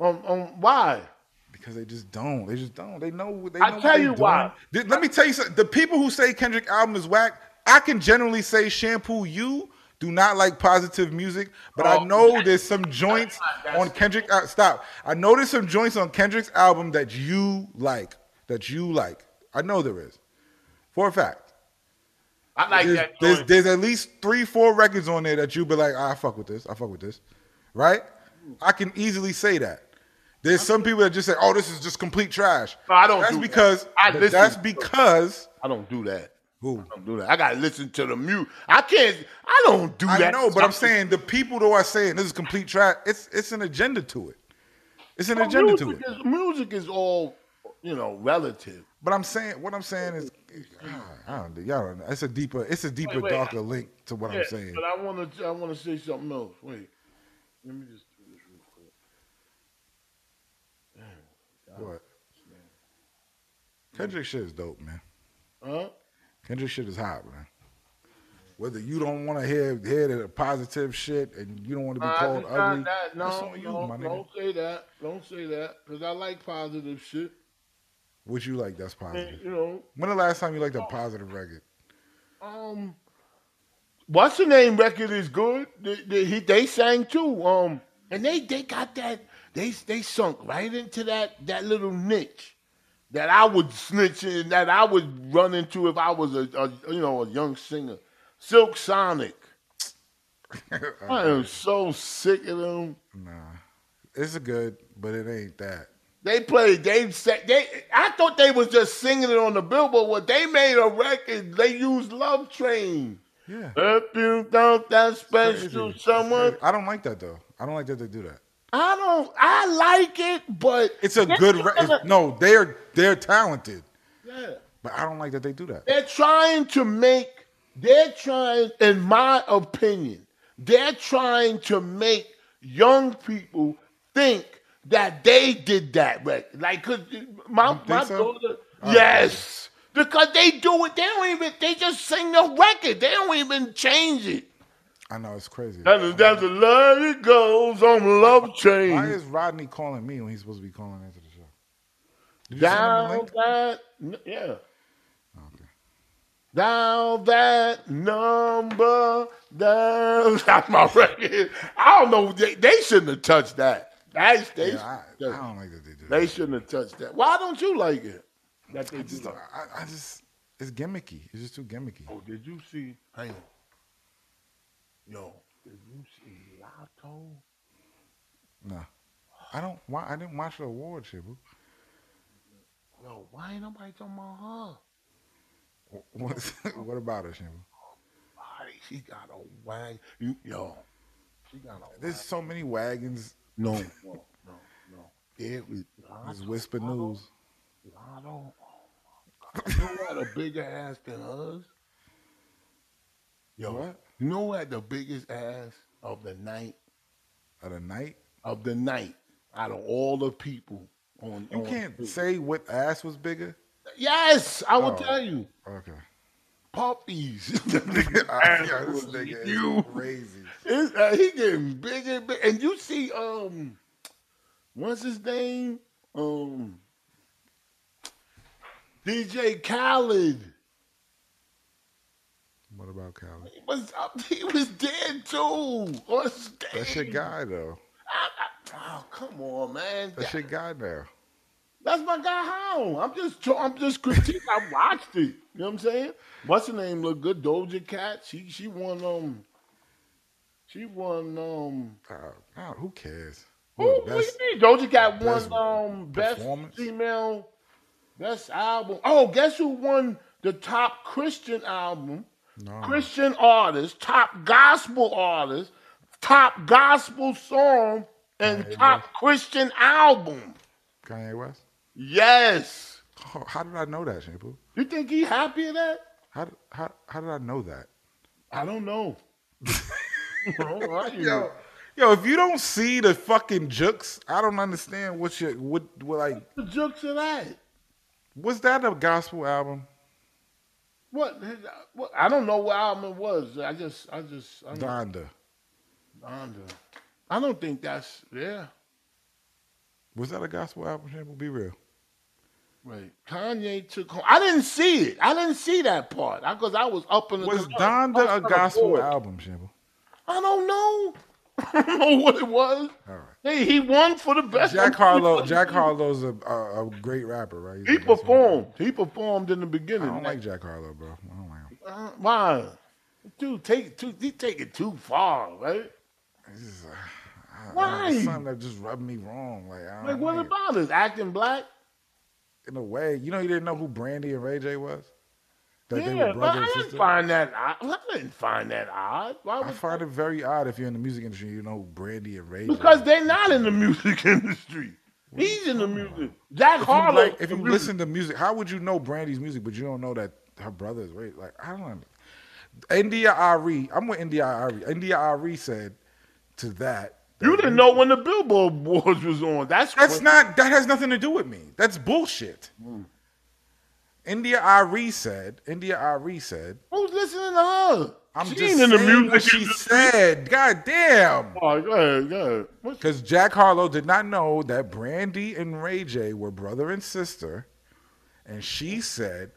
Um, um, why? because they just don't. They just don't. They know. They know I what tell they you doing. why. Th- Let me tell you something. The people who say Kendrick album is whack, I can generally say shampoo. You do not like positive music, but I Oh, know there's some joints that's- on Kendrick. Uh, stop. I know there's some joints on Kendrick's album that you like. That you like. I know there is, for a fact. I like there's, that. there's, joint. there's at least three, four records on there that you be like, "Ah, I fuck with this. I fuck with this. Right? I can easily say that. There's some people that just say, "Oh, this is just complete trash." No, I don't That's do that. because I but listen. that's because I don't do that. who I don't do that. I gotta listen to the music. I can't. I don't do I that. know, but I'm saying the people though are saying this is complete trash. It's it's an agenda to it. It's an agenda to music it. is music is all you know relative. But I'm saying what I'm saying is, I don't know, y'all don't know. It's a deeper, it's a deeper, Wait, wait. darker link to what I'm saying. But I want to. I want to say something else. Wait. Let me just do this real quick. What? Kendrick shit is dope, man. Huh? Kendrick shit is hot, man. Whether you don't want to hear hear the positive shit and you don't want to be Nah, called that's not ugly, that. No, that's on you, no, my nigga. don't say that. Don't say that. Cause I like positive shit. What you like that's positive? And, you know, When the last time you liked a positive record? Um, what's the name record is good. They, they, he- they sang too. Um, and they they got that they they sunk right into that that little niche that I would snitch in that I would run into if I was a, a you know a young singer. Silk Sonic. Uh, I am so sick of them. Nah, it's a good, but it ain't that. They played. They said they. I thought they was just singing it on the Billboard. What they made a record. They used Love Train. Yeah, If you think that's Crazy. special, It's someone. crazy. I don't like that though. I don't like that they do that. I don't. I like it, but It's a good. Re- it's- no, they're they're talented, yeah, but I don't like that they do that. they're trying to make. They're trying, in my opinion, they're trying to make young people think that they did that record. Like, cause my You think my so? daughter. Uh, yes, because they do it. They don't even. They just sing the record. They don't even change it. I know it's crazy. That's that's the love it goes on love train. Why is Rodney calling me when he's supposed to be calling into the show? Did you send him the Down link? that, n- yeah. Okay. Down that number, down. That's my record. I don't know. They, they shouldn't have touched that. That's, they, Yeah, I, I don't like that they do. they That. shouldn't have touched that. Why don't you like it? That they Just, do that. I, I just, it's gimmicky. It's just too gimmicky. Oh, did you see? Hang on. cold? No. I don't. Why I didn't watch the award shit, boo. Yo, why ain't nobody talking about her? Wh- What's, what about her, Shimbo? Body, she got a wag. You, yo, she got a There's so many wagons. No, no, no, no. There we This whisper news. Lotto. oh You know who had a bigger ass than us? Yo, What? you know who had the biggest ass of the night? Of the night. Of the night, out of all the people on. You on- can't say what ass was bigger. Yes, I will Oh. tell you, Okay. puppies. Yeah, this was nigga you. is crazy. It's, uh, he getting bigger and bigger. And you see, um, what's his name? Um, DJ Khaled. What about Callie? He was up, he was dead too on stage. That's your guy though. Oh, come on, man. That's your guy now. That's my guy. How? I'm just, tr- I'm just critiquing. I watched it. You know what I'm saying? What's her name? Look good. Doja Cat. She, she won. Um, she won. Um, Uh, uh, who cares? Who, Look, what that's- do you mean? Doja got best one um best performance? female, best album. Oh, guess who won the top Christian album? No. Christian artist, top gospel artist, top gospel song, and Kanye top Christian album. Kanye West. Yes. Oh, how did I know that, Shampoo? You think he happy of that? How did, how how did I know that? I don't know. All right, you know. Yo, if you don't see the fucking jukes, I don't understand what you what, what like The jokes of that. was that a gospel album? What, what? I don't know what album it was. I just, I just, I don't Donda. Donda. I don't think that's yeah. Was that a gospel album, Shampoo? Be real. Right. Kanye took home. I didn't see it. I didn't see that part. I because I was up in the. Was I was Donda on a the gospel board. album, Shampoo? I don't know. I don't know what it was. All right. Hey, he won for the best. Jack Harlow. Jack Harlow's a, a, a great rapper, right? He's He a gospel- performed. He performed in the I beginning. don't like Jack Harlow, bro. I don't like him. Uh, why? Dude, take it too. He take it too far, right? He's just, uh, I- I- Why? it's Something that just rubbed me wrong. Like, I Like, don't what like it. about us acting black? in a way, you know, you didn't know who Brandy and Ray J was. That they Yeah, were but I brother and didn't sister. find that. Odd. I didn't find that odd. Why I would find it very odd if you're in the music industry, you know who Brandy and Ray. J Because is. they're not in the music industry. He's in the music. Jack if you, Harlow. like, if you listen to music, how would you know Brandy's music, but you don't know that her brother is Ray? Like, I don't. Know. India Ari, I'm with India Ari. India Ari said to that. you didn't know when the Billboard Awards was on. That's That's crazy. not. That has nothing to do with me. That's bullshit. Hmm. India Ari said. India Ari said. Who's listening to her? I'm she just ain't in the saying music what she industry. said. God damn. Oh, go ahead, go ahead. What's- Because Jack Harlow did not know that Brandy and Ray J were brother and sister, and she said,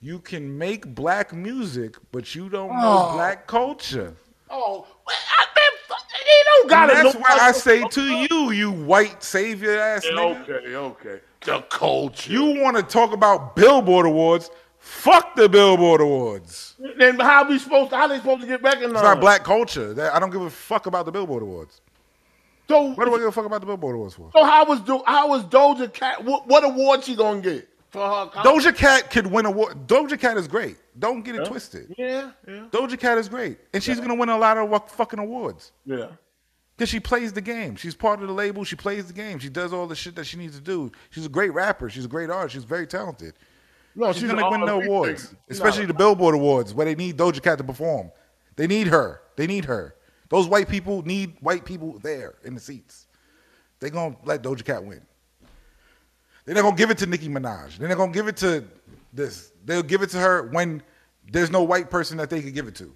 "You can make black music, but you don't know black culture." Oh, well, I been. fu- He don't got And that's know- why I say to you, you white savior ass Yeah, nigga, Okay, okay. The culture. you want to talk about Billboard Awards? Fuck the Billboard Awards. It's then how we supposed? To, how they supposed to get back in? not black culture. That- I don't give a fuck about the Billboard Awards. So, What do I give a fuck about the Billboard Awards for? so how was do? How was Doja Cat? What, what award she gonna get for her? concert? Doja Cat could win a war. Doja Cat is great. Don't get it twisted. Yeah, yeah, Doja Cat is great, and she's gonna win a lot of wa- fucking awards yeah. because she plays the game. She's part of the label. She plays the game. She does all the shit that she needs to do. She's a great rapper. She's a great artist. She's very talented. No, She's, gonna an win the R&B awards, singer. especially the Billboard Awards, where they need Doja Cat to perform. They need her. They need her. Those white people need white people there in the seats. They gonna let Doja Cat win. They're not gonna give it to Nicki Minaj. They're not gonna give it to this. They'll give it to her when there's no white person that they could give it to.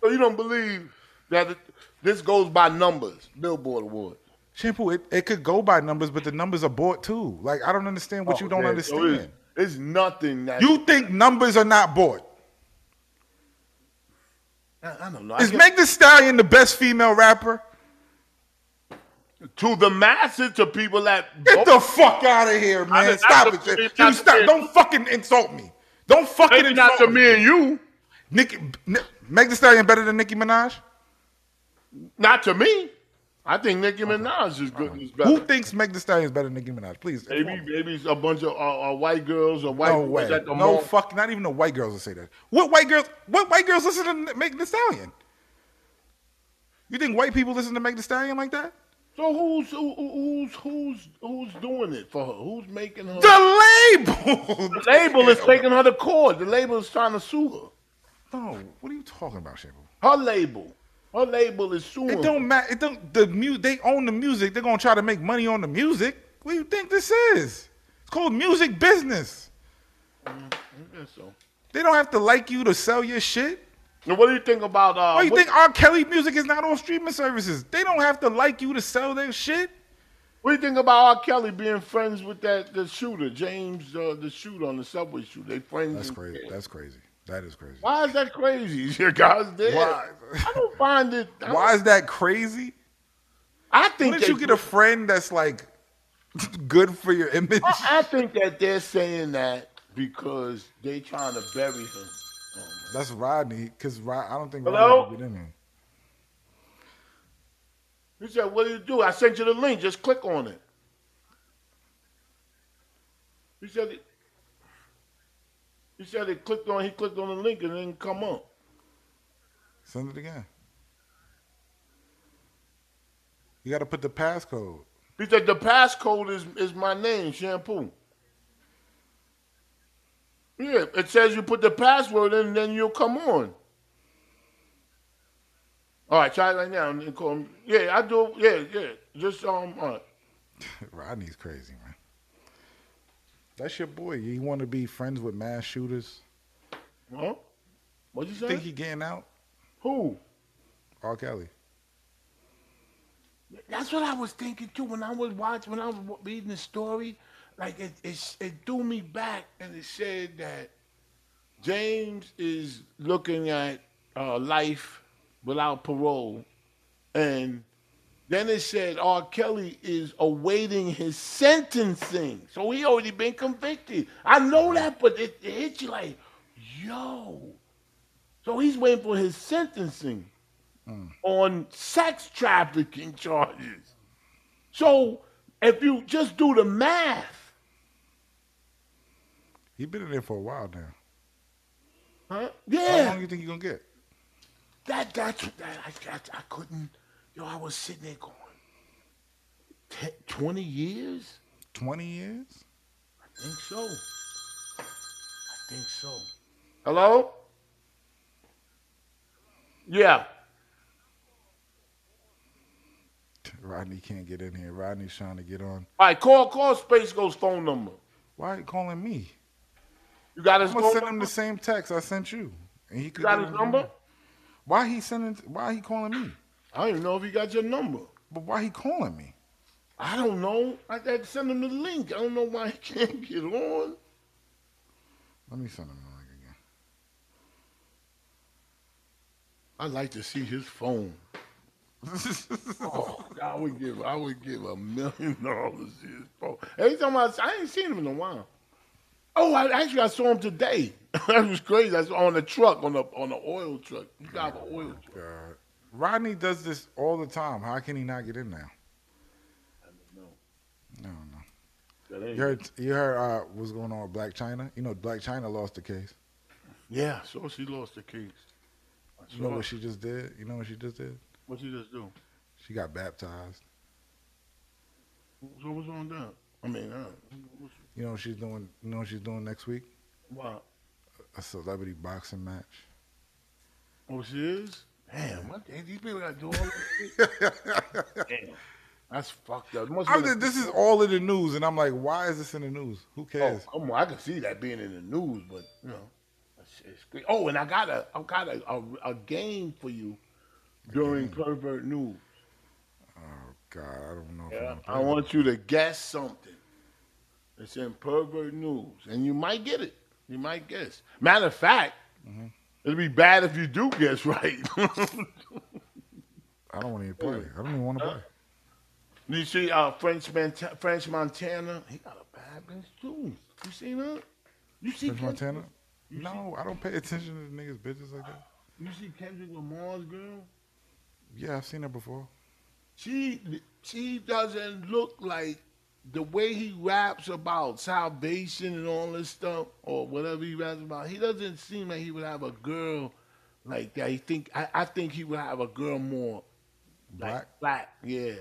So you don't believe that it- this goes by numbers, Billboard Award. Shampoo, it, it could go by numbers, but the numbers are bought too. Like I don't understand what you don't Okay, Oh, so understand. it's, it's nothing that you think numbers are not bought? I, I don't know. I Is guess Meg Thee Stallion the best female rapper? to the masses, to people that Get vote, the fuck out of here, man! did not stop just it! mean You not to stop! me. Don't fucking insult me! Don't fucking maybe not insult to me and you, Nicki, N- Meg Thee Stallion better than Nicki Minaj? not to me. I think Nicki Minaj is good. Is Who better. thinks Meg Thee Stallion is better than Nicki Minaj? Please. Maybe, maybe it's a bunch of uh, uh, white girls or white No boys way. at the No mall. fuck. Not even the white girls will say that. What white girls? What white girls listen to Meg Thee Stallion? You think white people listen to Meg Thee Stallion like that? So who's who, who's who's who's doing it for her? Who's making her? The The label. label is taking her to court. The label is trying to sue her. No. What are you talking about, Shampoo? Her label, her label is suing. It her. don't matter. It don't. The mu- They own the music. They're gonna try to make money on the music. What do you think this is? It's called music business. I guess so. They don't have to like you to sell your shit. Now, what do you think about? Uh, Why you what- think R. Kelly music is not on streaming services? They don't have to like you to sell their shit. What do you think about R. Kelly being friends with that the shooter, James, uh, the shooter on the subway shooter? They friends. That's and- crazy. That's crazy. That is crazy. Why is that crazy? Your guy's dead. Why? I don't find it. I, Why is that crazy? I think Wouldn't they- you get a friend that's like good for your image? I, I think that they're saying that because they trying to bury him. Oh, That's Rodney, because Rod, I don't think Hello? Rodney would get in there. my- he said, "What do you do? I sent you the link. Just click on it." He said. He said he clicked on. He clicked on the link and it didn't come up. Send it again. You got to put the passcode. He said the passcode is is my name, shampoo. Yeah, it says you put the password in, then you'll come on. All right, try it right now and then call me. Yeah, I do. Yeah, yeah. Just um, all right. Rodney's crazy, man. That's your boy. You want to be friends with mass shooters? Huh? What'd you say? Think he getting out? Who? R. Kelly. That's what I was thinking too when I was watching, when I was wa- reading the story. Like it, it, it threw me back, and it said that James is looking at uh, life without parole, and then it said R. Kelly is awaiting his sentencing, so he already been convicted. I know that, but it, it hit you like, yo. So he's waiting for his sentencing on sex trafficking charges. So if you just do the math, He been in there for a while now. huh? How Yeah, long you think you gonna get? that that's that I, that- I couldn't. Yo, I was sitting there going, "Ten- twenty years? Twenty years? I think so. I think so. Hello? Yeah. Rodney can't get in here. Rodney's trying to get on. All right, call call Space Ghost phone number. Why you calling me? You got his I'm gonna phone send him number? the same text I sent you, and he could You got get on his here. number? Why he sending? Why he calling me? I don't even know if he got your number. But why he calling me? I don't know. I had to send him the link. I don't know why he can't get on. Let me send him the link again. I'd like to see his phone. Oh, I would give I would give a million dollars to his phone. Every time I I ain't seen him in a while. Oh, I actually I saw him today. that was crazy. I saw on the truck, on the on the oil truck. You got an oil truck. God. Rodney does this all the time. How can he not get in now? No, no. You heard? You heard uh, what's going on with Black China? You know, Black China lost the case. Yeah, so she lost the case. I You know saw what it. she just did? You know what she just did? what she just do? She got baptized. So what's wrong with that? I mean, uh, what's, You know what she's doing? You know what she's doing next week? why? A celebrity boxing match. Oh, she is? Damn, what, the- these people got to do all this shit? Damn. That's fucked up. Must I'm been a- just, this is all in the news, and I'm like, why is this in the news? Who oh, cares? come on, I can see that being in the news, but, you know. that shit is crazy. Oh, and I got a, I got a, a, a game for you during Pervert News. Oh, God, I don't know. Yeah, If I want you to guess something. It's in Pervert News, and you might get it. You might guess. Matter of fact, it'd be bad if you do guess right. I don't want to even play. I don't even want to play. You see, uh, French Montana, French Montana, he got a bad bitch too. You seen her? You see French Kendrick, Montana? No, I don't pay attention to niggas' bitches like that. You see Kendrick Lamar's girl? Yeah, I've seen her before. she she doesn't look like the way he raps about salvation and all this stuff or whatever he raps about. He doesn't seem like he would have a girl like that. He think I, I think he would have a girl more like Black? black. Yeah,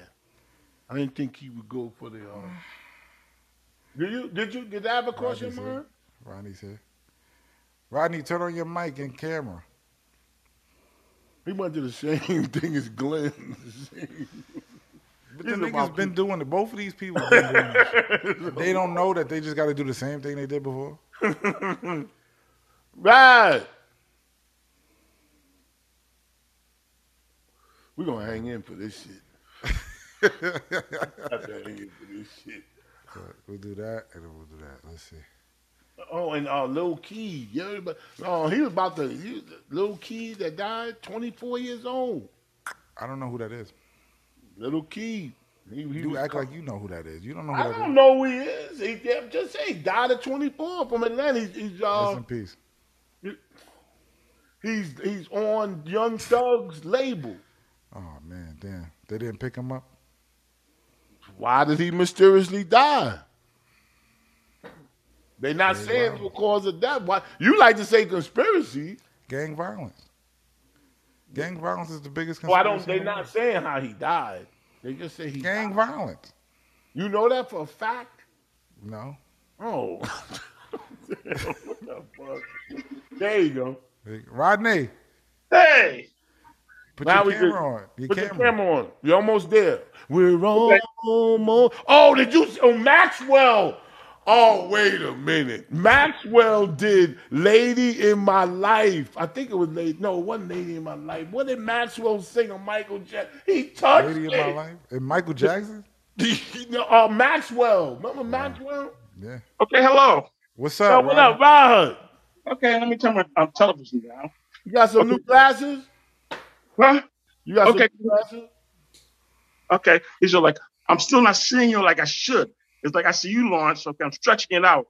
I didn't think he would go for the. Uh, did you did you did that have a question, Obviously. Mark? Rodney's here. Rodney, turn on your mic and camera. He went to the same thing as Glenn. But the These are my niggas been doing it. Both of these people been doing this shit. They don't know that they just got to do the same thing they did before. Right. We're gonna hang in for this shit. Have to hang in for this shit. But we'll do that and then we'll do that. Let's see. Oh, and uh, Lil Key. Yeah, everybody- oh, he was about to. He, Lil Key that died, 24 years old. I don't know who that is. Little Key. He, he You was act co- like you know who that is. You don't know who I that don't is. know who he is. He, I'm just say he died at 24 from Atlanta. He's, he's uh, Rest in peace. he's he's on Young Thug's label. Oh man, damn. They didn't pick him up. Why did he mysteriously die? They're not saying the cause of death. Why you like to say conspiracy? Gang violence. Gang violence is the biggest. Why conspiracy don't they in the not world. saying how he died? They just say he. Gang died. violence. You know that for a fact? No. Oh, what the fuck? There you go. Rodney, Hey, put Now your we camera just- on. Your Put camera. the camera on. You're almost there. We're almost. Oh, did you? see- Oh, Maxwell. Oh, wait a minute. Maxwell did "Lady in My Life." I think it was "Lady." No, it wasn't "Lady in My Life." What did Maxwell sing? A Michael Jackson. He touched Lady it. in my life. And Michael Jackson. No, uh, Maxwell. Remember Maxwell? Yeah. okay, hello. What's Yo, up? what Rodney? up, Rod? Okay, let me turn my um, television down. You got some new glasses? Huh? You got Okay. some new glasses? Okay, he's just like, I'm still not seeing you like I should. It's like I see you, Lawrence. Okay, I'm stretching it out.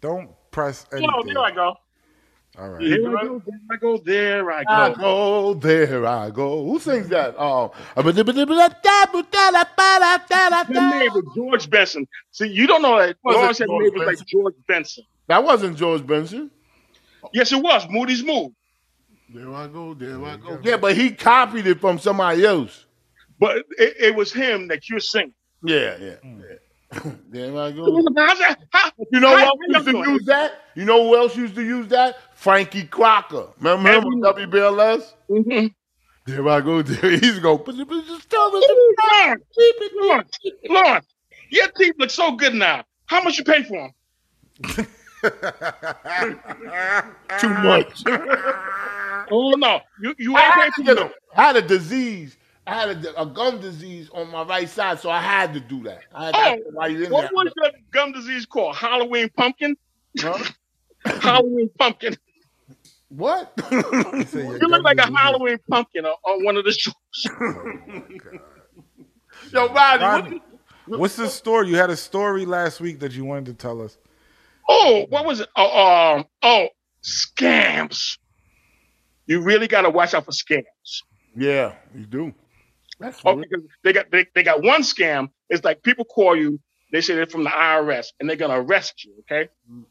Don't press anything. No, there I go. All right. There I go. There I go. There I I go. go, there I go. Who sings that? Oh, that My neighbor George Benson. See, you don't know that Was it Lawrence had George neighbors Benson? like George Benson. wasn't George Benson. Yes, it was Moody's move. There I go, there I go. Yeah, but he copied it from somebody else. But it, it was him that you're singing. Yeah, yeah. yeah. there I go. How's that? How- You know how- who else used to use that? You know who else used to use that? Frankie Crocker. Remember him on WBLS? Mhm. There I go. There he's going. But but just tell us. Lawrence, Lawrence, Lawrence, your teeth look so good now. How much you pay for them? too much. Oh no, you you ain't I paying had, too to get much. them. I had a disease. I had a, di- a gum disease on my right side, so I had to do that. I had to, Oh, why you in What there. was that gum disease called? Halloween pumpkin? Huh? Halloween pumpkin. What? He said your E. You look gum like a disease- Halloween pumpkin on, on one of the shows. Yo, Rodney, what Rodney, what's the story? You had a story last week that you wanted to tell us. Oh, what was it? Oh, um, oh, scams. You really got to watch out for scams. Yeah, you do. That's Oh, real. because they got they, they got one scam. It's like people call you. They say they're from the IRS and they're gonna arrest you. Okay.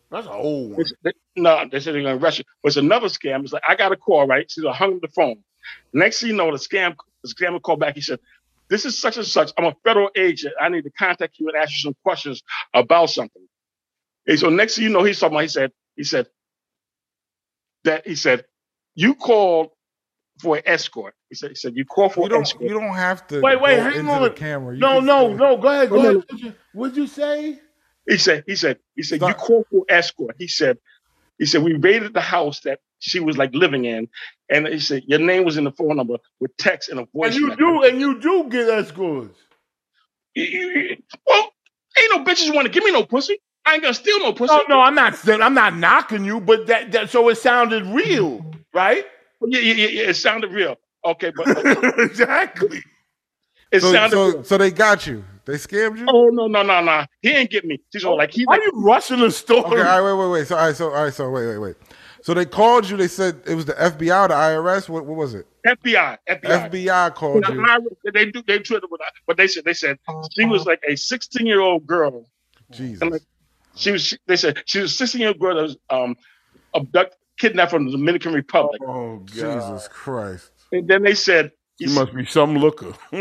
that's an old one. It's- they- no, they said they're gonna rush it. But it's another scam. It's like I got a call, right? So I hung up the phone. Next thing you know, the scam the scammer called back. He said, This is such and such. I'm a federal agent. I need to contact you and ask you some questions about something. And so next thing you know, he's talking about, he said, he said that he said, You called for an escort. He said, he said, You called for You an don't. escort. You don't have to. Wait, wait, go hang into on. The camera. You No, can no, say- no. Go ahead. Go No, no, ahead. no. What'd you, what'd you say? He said, he said, he said, Stop. you called for escort. He said, he said, we raided the house that she was like living in. And he said, your name was in the phone number with text and a voice. And you message." do, and you do get escorts. You- you- you- Well, ain't no bitches want to give me no pussy. I ain't gonna steal no pussy. No, no, I'm not. saying- I'm not knocking you, but that, that so it sounded real, right? Yeah, yeah, yeah, yeah. It sounded real. Okay, but exactly. it So, sounded so, real. so they got you. They scammed you. Oh no, no, no, no. He ain't get me. She's all like he Why like are you rushing the story? um, Okay. All right. Wait. Wait. Wait. So. All right. So. All right. So. Wait. Wait. Wait. So they called you. They said it was the FBI, or the IRS. What, what was it? FBI, FBI. FBI called Now, you. I- they do they treated with but they said they said she was like a 16 year old girl Jesus. and like she was she, they said she was 16 year old girl that was um abducted kidnapped from the Dominican Republic Oh God. Jesus Christ. and then they said You must be some looker.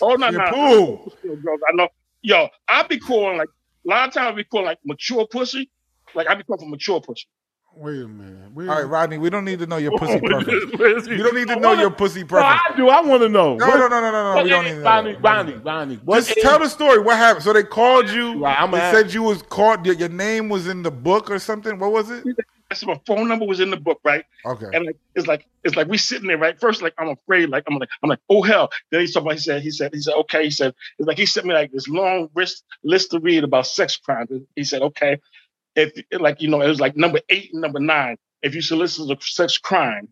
oh no Your no pool. girls I know yo I be calling like a lot of times I be calling like mature pussy like I be calling for mature pussy Wait a minute. Wait a All right, minute. Rodney, we don't need to know your pussy preference. Where's he- You don't need to I know wanna- your pussy No, preference. I do. I want to know. No, What- no, no, no, no, no. what We don't age- need to know. Bonnie, that. Bonnie, Bonnie. What Just age- tell the story. What happened? So they called you. Right, I'm they a- said you was caught. Your, your name was in the book or something. What was it? that's my phone number was in the book right Okay. And like it's like it's like we sitting there, right? First, like I'm afraid, like I'm like I'm like oh hell. Then he somebody said he said he said okay. He said it's like he sent me like this long list list to read about sex crimes. He said okay, if like you know it was like number eight and number nine. If you solicit a sex crime,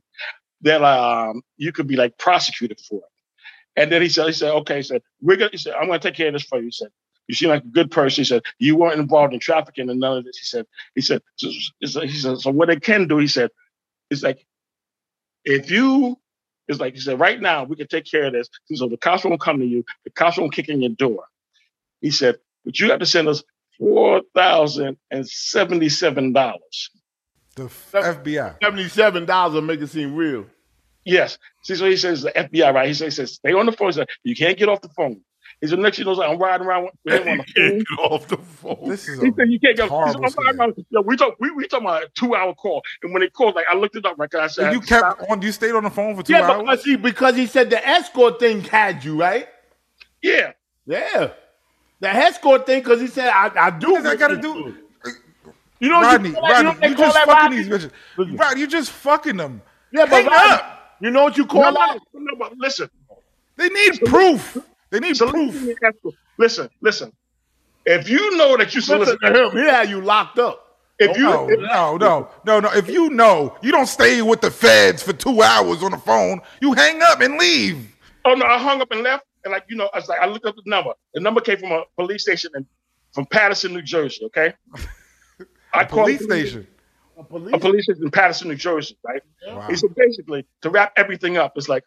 then um you could be like prosecuted for it. And then he said he said okay. He said we're gonna. He said I'm gonna take care of this for you. He said. You seem like a good person. He said you weren't involved in trafficking and none of this. He said. He said. So, so- he said. So what they can do, he said, it's like if you it's like he said right now we can take care of this so the cops won't come to you the cops won't kick in your door he said but you have to send us four thousand and seventy seven dollars The f- FBI. Seventy-seven dollars will make it seem real. yes see so he says the fbi right he says, he says stay on the phone he said you can't get off the phone he said next you know i'm riding around with him on the phone Get off the phone. This is He said you can't get. He said, horrible I'm riding scam. around. Yo, we talk. We, we talking about a two hour call, and when it called, like I looked it up. Right, 'cause I said And you kept on. You stayed on the phone for two Yeah, hours. because he because he said the escort thing had you right. yeah. Yeah, the escort thing because he said I, I do. What does that got to do? You know, Rodney, you, call that- you know Rodney, what you, they call just that, fucking Rodney? these Listen. bitches. Rodney, you just fucking them. Yeah, but Hang Rodney, up. you know what you No, call no, that? no, but listen, They need proof. They need So proof. listen, listen, listen. If you know that you Listen solicit, to him. He had you locked up. if you No, if- no, no, no, no. If you know, you don't stay with the feds for two hours on the phone. You hang up and leave. oh no, I hung up and left, and like you know, I was like, I looked up the number. The number came from a police station in, from Patterson, New Jersey. Okay, I called Police station. A a police. police station in Patterson, New Jersey. Right? Wow. He said basically to wrap everything up. It's like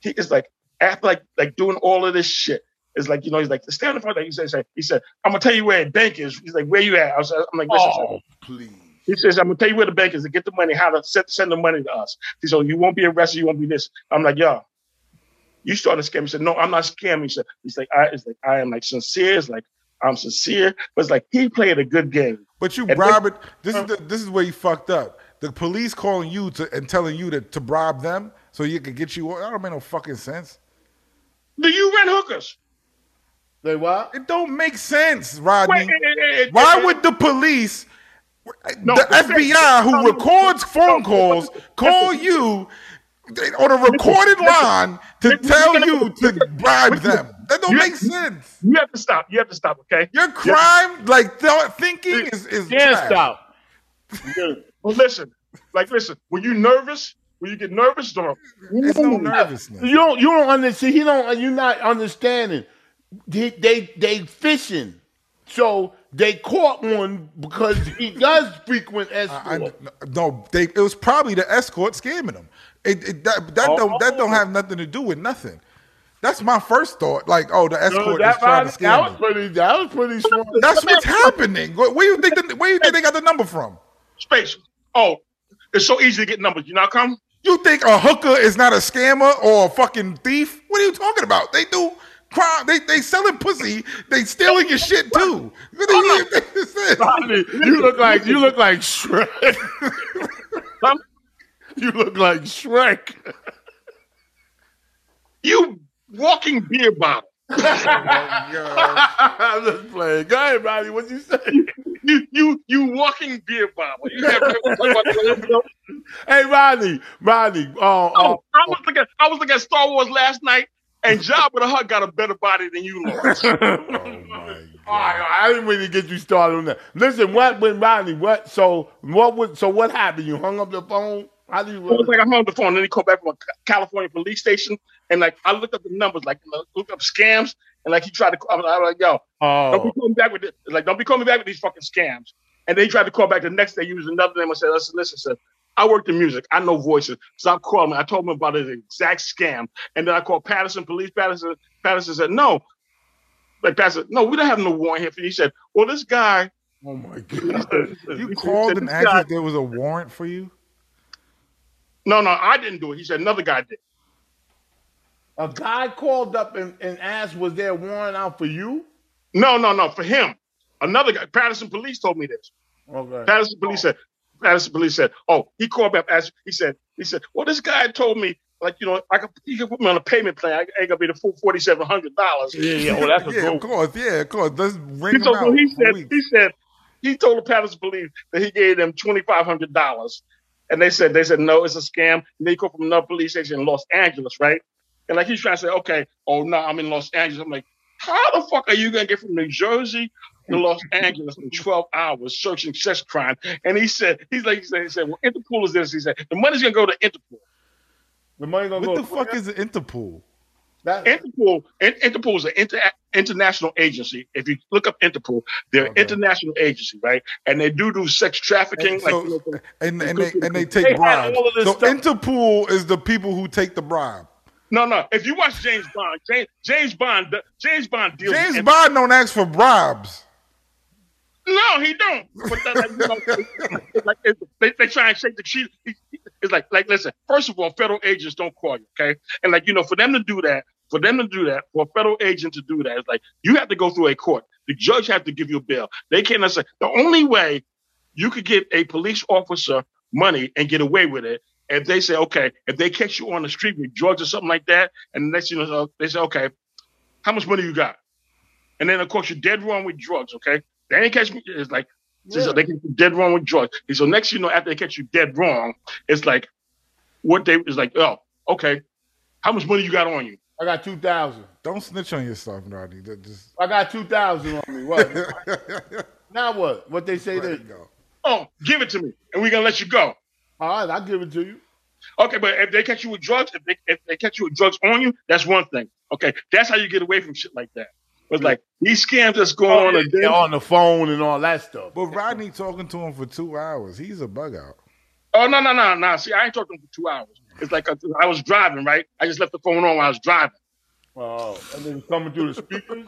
he is like after like like doing all of this shit. It's like you know he's like stand in front. Like he said, said- he said, I'm gonna tell you where the bank is. He's like, where you at? I was, I'm like, listen, sir. Oh, please. He says, I'm gonna tell you where the bank is to get the money, how to send, send the money to us. He said, "Oh, You won't be arrested, you won't be this. I'm like, yo, you starting to scam. He said, No, I'm not scamming. He said, he's like, I it's like I am like sincere. It's like I'm sincere. But it's like he played a good game. But you And bribing. This is the, this is where you fucked up. The police calling you to and telling you to, to bribe them so you could get you. That don't make no fucking sense. Do you rent hookers? They what? It don't make sense, Rodney. Wait, eh, eh, eh, Mm-hmm. Why eh, would the police, No, the listen, FBI, no, who no, records phone calls, call you on a recorded line to listen, tell listen, you to bribe them? That don't You- make sense. you have to stop. You have to stop, okay? Your crime, like thought, thinking, is is Can't trash. stop. Well, listen, like listen, when you nervous, when you get nervous, don't There's no nervousness. You don't. You don't understand. He don't. You're not understanding. They, they they fishing, so they caught one because he does frequent escort. I, no, they, it was probably the escort scamming them. It, it, that that Oh, don't that don't have nothing to do with nothing. That's my first thought. Like, oh, the So escort is that, trying to was, scam that was me. pretty. That was pretty smart. That's what's happening. Where where you think the, where you think they got the number from? space. Oh, it's so easy to get numbers. You not come? You think a hooker is not a scammer or a fucking thief? What are you talking about? They do crime. They they selling pussy. They stealing your shit too. What do you think this is? Rodney, you look like you look like Shrek. Come? You look like Shrek. You walking beer bottle. I'm just playing. Go ahead, Rodney. What you say? You you you walking beer bottle. You have Hey, Rodney, Rodney. Oh, Oh, oh, I was looking. I was looking at Star Wars last night, and Job with a Hutt got a better body than you, Lawrence. All right, I didn't really get you started on that. Listen, what when Rodney? What? So what? Would, so what happened? You hung up the phone. How do it was you? like I hung up the phone, and then he called back from a Ca- California police station, and like I looked up the numbers, like you know, looked up scams, and like he tried to. call I was like, yo, don't Oh, be coming back with this. Like, don't be coming back with these fucking scams. And they tried to call back the next day, used another name. I said, listen, listen, sir. I worked in music. I know voices. So I called him. I told him about his exact scam. And then I called Patterson, police Patterson. Patterson said, no. Like Patterson, no, we don't have no warrant here for you. He said, well, this guy. Oh my he god. said, You called and "This asked guy- if there was a warrant for you. No, no, I didn't do it. He said, another guy did. A guy called up and, and asked, "Was there a warrant out for you?" No, no, no, for him. Another guy, Patterson police told me this. Okay. Patterson police said, Patterson police said, oh, he called me up. Asked, he said, he said, well, this guy told me, like, you know, I could, he could put me on a payment plan. I ain't gonna be the full forty seven hundred dollars. Yeah, yeah, well, Oh, that's a yeah, good of course. Yeah, of course. Let's ring He him told, out. he for said, weeks. he said, he told the Patterson police that he gave them twenty five hundred dollars, and they said, they said, no, it's a scam. And they called from another police station in Los Angeles, right? And like he's trying to say, okay, oh no, I'm in Los Angeles. I'm like, how the fuck are you gonna get from New Jersey to Los Angeles in twelve hours searching sex crime? And he said, he's like, he said, he said, well, Interpol is this. He said, the money's gonna go to Interpol. The money gonna What go. the fuck is an Interpol? that? Interpol, in, Interpol is an inter, international agency. If you look up Interpol, they're an Okay. international agency, right? And they do do sex trafficking. And, like, so- you know, and, and It's they good and they to- take They had bribes. all of this So stuff. Interpol is the people who take the bribe. no, no. If you watch James Bond, James, James Bond, James Bond deals. James with Bond don't ask for bribes. No, he don't. But that, like, you know, it's like it's, they, they try and shake the tree. It's like, like, listen. First of all, federal agents don't call you, okay? And like, you know, for them to do that, for them to do that, for a federal agent to do that, it's like you have to go through a court. The judge has to give you a bail. They cannot say the only way you could get a police officer money and get away with it. If they say, okay, if they catch you on the street with drugs or something like that, and the next thing you know, they say, okay, how much money you got? And then of course you're dead wrong with drugs, okay? They ain't catch me. It's like so they catch you dead wrong with drugs. And so next you know, after they catch you dead wrong, it's like what they is like, oh, okay, how much money you got on you? I got two thousand. Don't snitch on yourself, Rodney. That just I got two thousand on me. What? now what? What they say? there you That, go. Oh, give it to me, and we're gonna let you go. all right, I'll give it to you. Okay, but if they catch you with drugs, if they if they catch you with drugs on you, that's one thing. Okay, that's how you get away from shit like that. But like these scams that's Oh, going on, yeah, today- on the phone and all that stuff. But Rodney talking to him for two hours. He's a bug out. Oh no no no no! See, I ain't talking for two hours. It's like uh, I was driving, right? I just left the phone on while I was driving. Oh, and then coming through the speakers.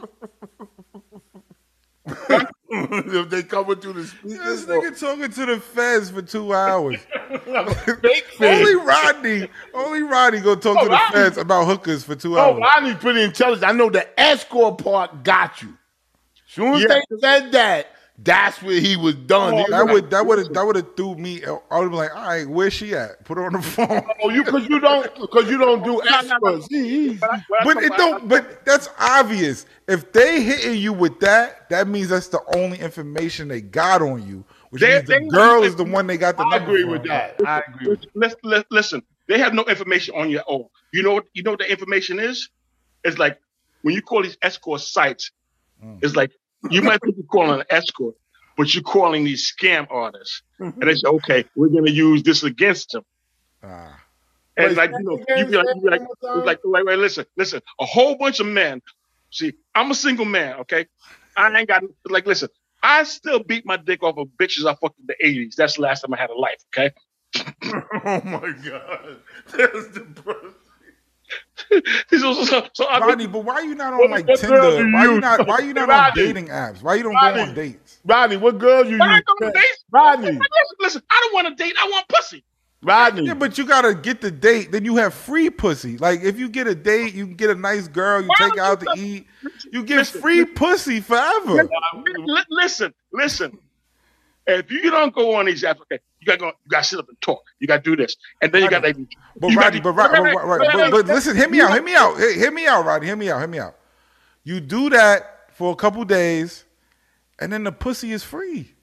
if they coming through the This speakers, nigga talking to the feds for two hours. fake only feds. Rodney, only Rodney go Oh, talk to the Rodney- feds about hookers for two Oh, hours. Ronnie's pretty intelligent. I know the escort part got you. Soon as Yeah. they said that, that's where he was done. He was Oh, that like, would that would that would have threw me. I would have been like, all right, where's she at? Put her on the phone. oh, you because you don't because you don't do no, no. escorts. He- he- But, I, but, I But come it by- don't. But that's obvious. If they hitting you with that, that means that's the only information they got on you. Which They- means the they- girl is the one they got the I number agree from. with that. I agree with you. Let's- let- listen, they have no information on you at all. You know what? You know what the information is? It's like when you call these escort sites. Mm. It's like you might think you're calling an escort, but you're calling these scam artists, Mm-hmm. and they say, "Okay, we're gonna use this against them." Ah. And Wait, like say you know, that you be like, again, you be say like, that it's one more like, wait, wait, listen, listen. A whole bunch of men. See, I'm a single man, okay. I ain't got like, listen. I still beat my dick off of bitches I fucked in the '80s. That's the last time I had a life, okay. Oh my god, that's the so, so, so, so I, Rodney, but why you not on What- like what girl Tinder? do Why you you- not? Why you not on Rodney. dating apps? Why you don't go Rodney. on dates? Rodney. What girl you But I use? ain't gonna date. Rodney, Listen, listen, I don't want to date. I want pussy. Rodney. Yeah, but you gotta get the date. Then you have free pussy. Like if you get a date, you can get a nice girl. You Why take her out don't to you- eat. You get free pussy forever. Li- Listen, listen. If you don't go on these apps, okay, you gotta go. You gotta sit up and talk. You gotta do this, and then you gotta. But you gotta Rodney, be- but right, but, right, right, but, but listen, hear me You out, got- hear me out, hear hear me out, Rodney, hear me out, hear me out. You do that for a couple days, and then the pussy is free.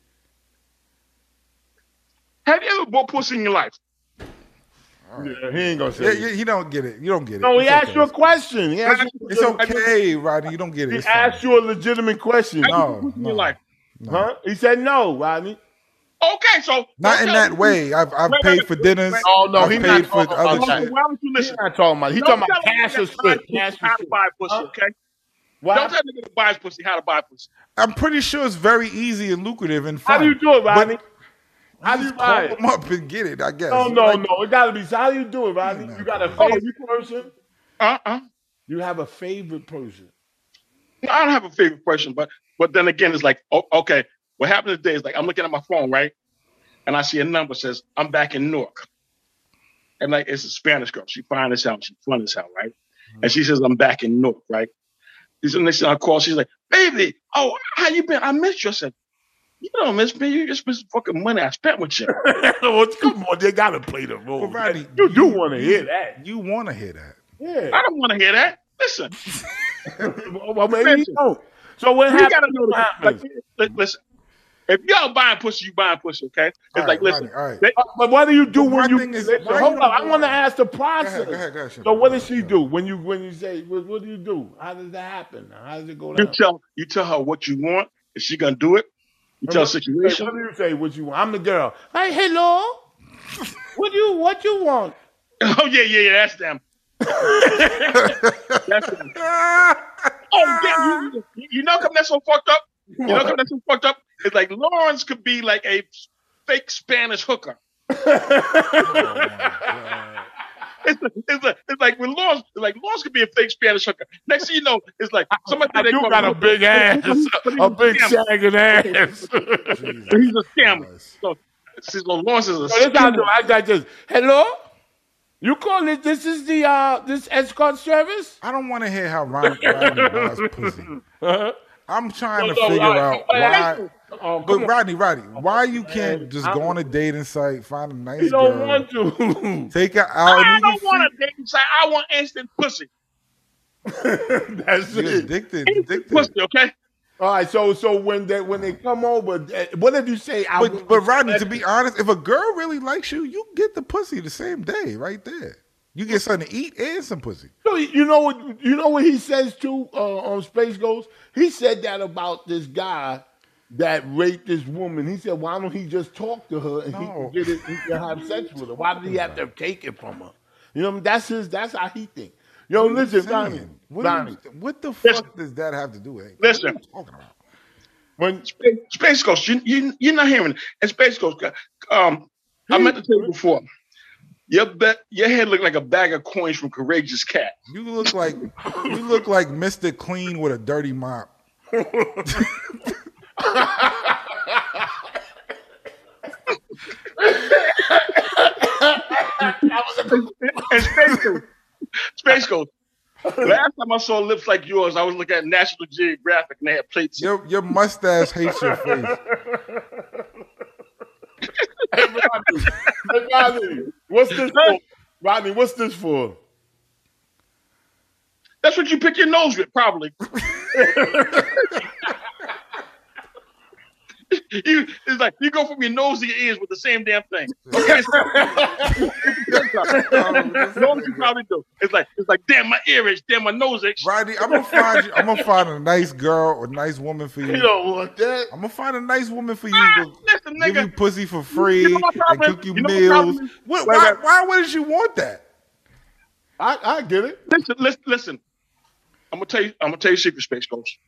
Have you ever bought pussy in your life? Yeah, he ain't gonna say. Yeah, it. you, you don't get it. You don't get it. No, he It's asked okay. you a question. He asked you, It's okay, Rodney. You don't get it. he It's fine. asked you a legitimate question. Have you No, bought pussy in no. your life? Huh? He said no, Rodney. Okay, so Not in that way. I've, I've Wait, wait, paid for wait, dinners. wait. Oh, no, I've he paid not for talking other about Why shit. why don't you He's listen? not talking about. He Don't talking about tell me cash or that slip. I'm Cash or how to slip. buy pussy, Huh? okay? Why? Don't tell nigga to buy his pussy how to buy pussy. I'm pretty sure it's very easy and lucrative and fun. How do you do it, But Rodney? How do you just buy call it? them up and get it, I guess. No, You no, like- no. It gotta be. So how do you do it, Rodney? You got a Oh, favorite person. Uh uh You have a favorite person. I don't have a favorite person, but but then again, it's like, oh, okay, what happened today is like I'm looking at my phone, right? And I see a number says, I'm back in Newark. And like it's a Spanish girl. She fine as hell. She fun as hell, right? And she says, I'm back in Newark, right? She's the next thing I call, she's like, baby, oh, how you been? I missed you. I said, you don't miss me. You just missed the fucking money I spent with you. Well, Come on, they gotta play the role. Well, Rodney, you do want to hear that. You want to hear that. Yeah. I don't want to hear that. Listen, Well, maybe you Listen. don't. So what you gotta happens? know What the happens? like, li- Listen, if y'all buying pussy, you buying pussy, okay? It's All right, like, listen, Rodney, all right. they- But what do you do But my when you thing is, listen, why hold you up? I don't- want to ask the process. go ahead, go ahead, Shimon. so what does Go she ahead, do when you when you say what, what do you do? How does that happen? How does it go You down? tell you tell her what you want. If she gonna do it, you tell her What do you say? situation. What do you say? What you want? I'm the girl. Hey, hello. what do you what you want? Oh yeah, yeah, yeah. That's them. that's them. Oh yeah, you, you, you know come that's so fucked up. You know come that's so fucked up. It's like Lawrence could be like a fake Spanish hooker. It's, it's, like, it's like when Lawrence, it's like Lawrence could be a fake Spanish hooker. Next thing you know, it's like somebody I they do call got a him- big ass, a big sagging ass. but he's a scammer. So, so Lawrence is a So this how I do. scammer. I got this. Hello? You call it this is the uh this escort service? I don't want to hear how Ron, Rodney buys pussy. Uh-huh. I'm trying to No, no, figure I- out I- I- why. Oh, But Rodney, Rodney, why you can't just go on a dating site, find a nice you girl, don't want to. take her out, and I you don't can want a dating site. I want instant pussy. That's see- You're it. addicted, Instant addicted. pussy, okay? All right, so so when they when they come over, eh, what if you say I But, but Rodney, to be be honest, if a girl really likes you, you get the pussy the same day, right there. You get something to eat and some pussy. No, you know what you know what he says too uh, on Space Ghost. He said that about this guy that raped this woman. He said, "Why don't he just talk to her and he No. can get it? He can have sex with her. Why did he have to take it from her? You know, that's his. That's how he think. Yo, listen, Donnie, Man, what, Donnie, do you- what the Listen. fuck does that have to do with it? What Listen. are you talking about? when Space Ghost, you, you, you're not hearing it. And Space Ghost, um, I meant to tell you before, your, be- your head looked like a bag of coins from Courageous Cat. You look like you look like Mr. Clean with a dirty mop. And Space Ghost, Space Ghost, last time I saw lips like yours, I was looking at National Geographic and they had plates. Your your mustache hates your face. Hey, Rodney, what's this for? Rodney, what's this for? That's what you pick your nose with, probably. you, it's like you go from your nose to your ears with the same damn thing. Okay, Oh, Um, nose you probably do. It's like it's like damn my ear itch, damn my nose itch. Rodney, I'm gonna find you. I'm gonna find a nice girl or nice woman for You you. don't want that. I'm gonna find a nice woman for you. Ah, to listen, give nigga. you pussy for free You know my and problem cook is- you, you know my meals. problem is- What, Wait, why, wait. why would you want that? I, I get it. Listen, listen, listen. I'm gonna tell you. I'm gonna tell you a secret, Space Ghost.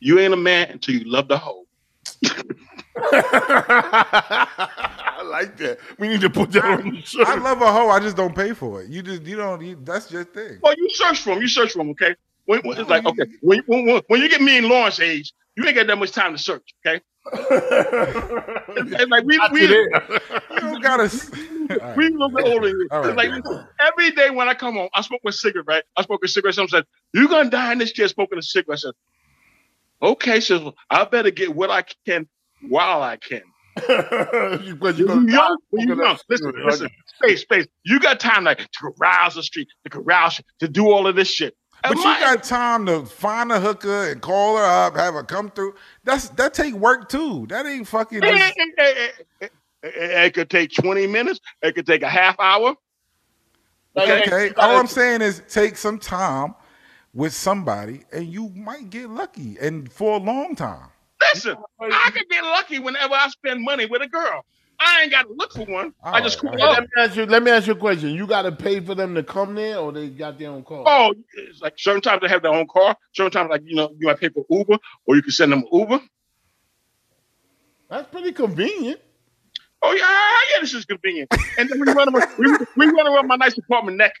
You ain't a man until you love the hoe. I like that. We need to put that on the shirt. I love a hoe. I just don't pay for it. You just you don't. You, that's your thing. Well, you search for him. You search for him. Okay. When, when- it's like Mm-hmm. okay. When, when, when you get me and Lawrence age, you ain't got that much time to search. Okay. it's, it's like we we You don't gotta. s- All we right. a little bit older than you. All right. It's like listen, every day when I come home, I smoke a cigarette. Right. I smoke a cigarette. Someone said, "You gonna die in this chair smoking a cigarette." I said, "Okay." So I better get what I can while I can. because you're When gonna you die young, when you smoking young, that listen, cigarette. listen, space, space. You got time like to carouse the street, to carouse, to do all of this shit. But Am you I- got time to find a hooker and call her up, have her come through. That's that take work too. That ain't fucking. it, Just, it- it- it- it- it could take twenty minutes. It could take a half hour. Okay. okay. Um, All I'm saying is take some time with somebody, and you might get lucky, and for a long time. Listen, I could get lucky whenever I spend money with a girl. I ain't got to look for one. I just All right, call all up. right. Let me ask you. Let me ask you a question. You got to pay for them to come there, or they got their own car? Oh, it's like certain times they have their own car. Certain times, like you know, you might pay for Uber, or you can send them Uber. That's pretty convenient. Oh yeah, yeah, this is convenient. And then we run around, we, we run around my nice apartment neck.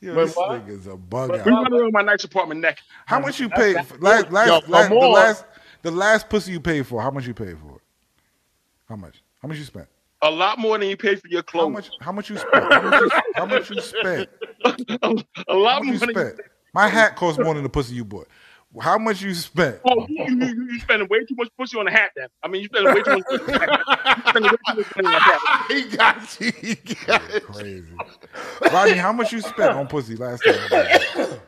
Yo, But this what? nigga's a bug We out. run around my nice apartment neck. How much you paid? for- Last, Yo, last, for last, the more. last, the last pussy you paid for. How much you paid for it? How much? How much you spent? A lot more than you pay for your How clothes. much? How much you spent? How much you, how much you spent? A lot How more much than you you spent? My hat cost more than the pussy you bought. How much you spent? Oh, you, you, you, you spending way too much pussy on a hat. Then I mean, you spending way too much. Pussy on a hat. You spending way too much money on a hat. he got you. He got you. Crazy. Rodney, how much you spent on pussy last time?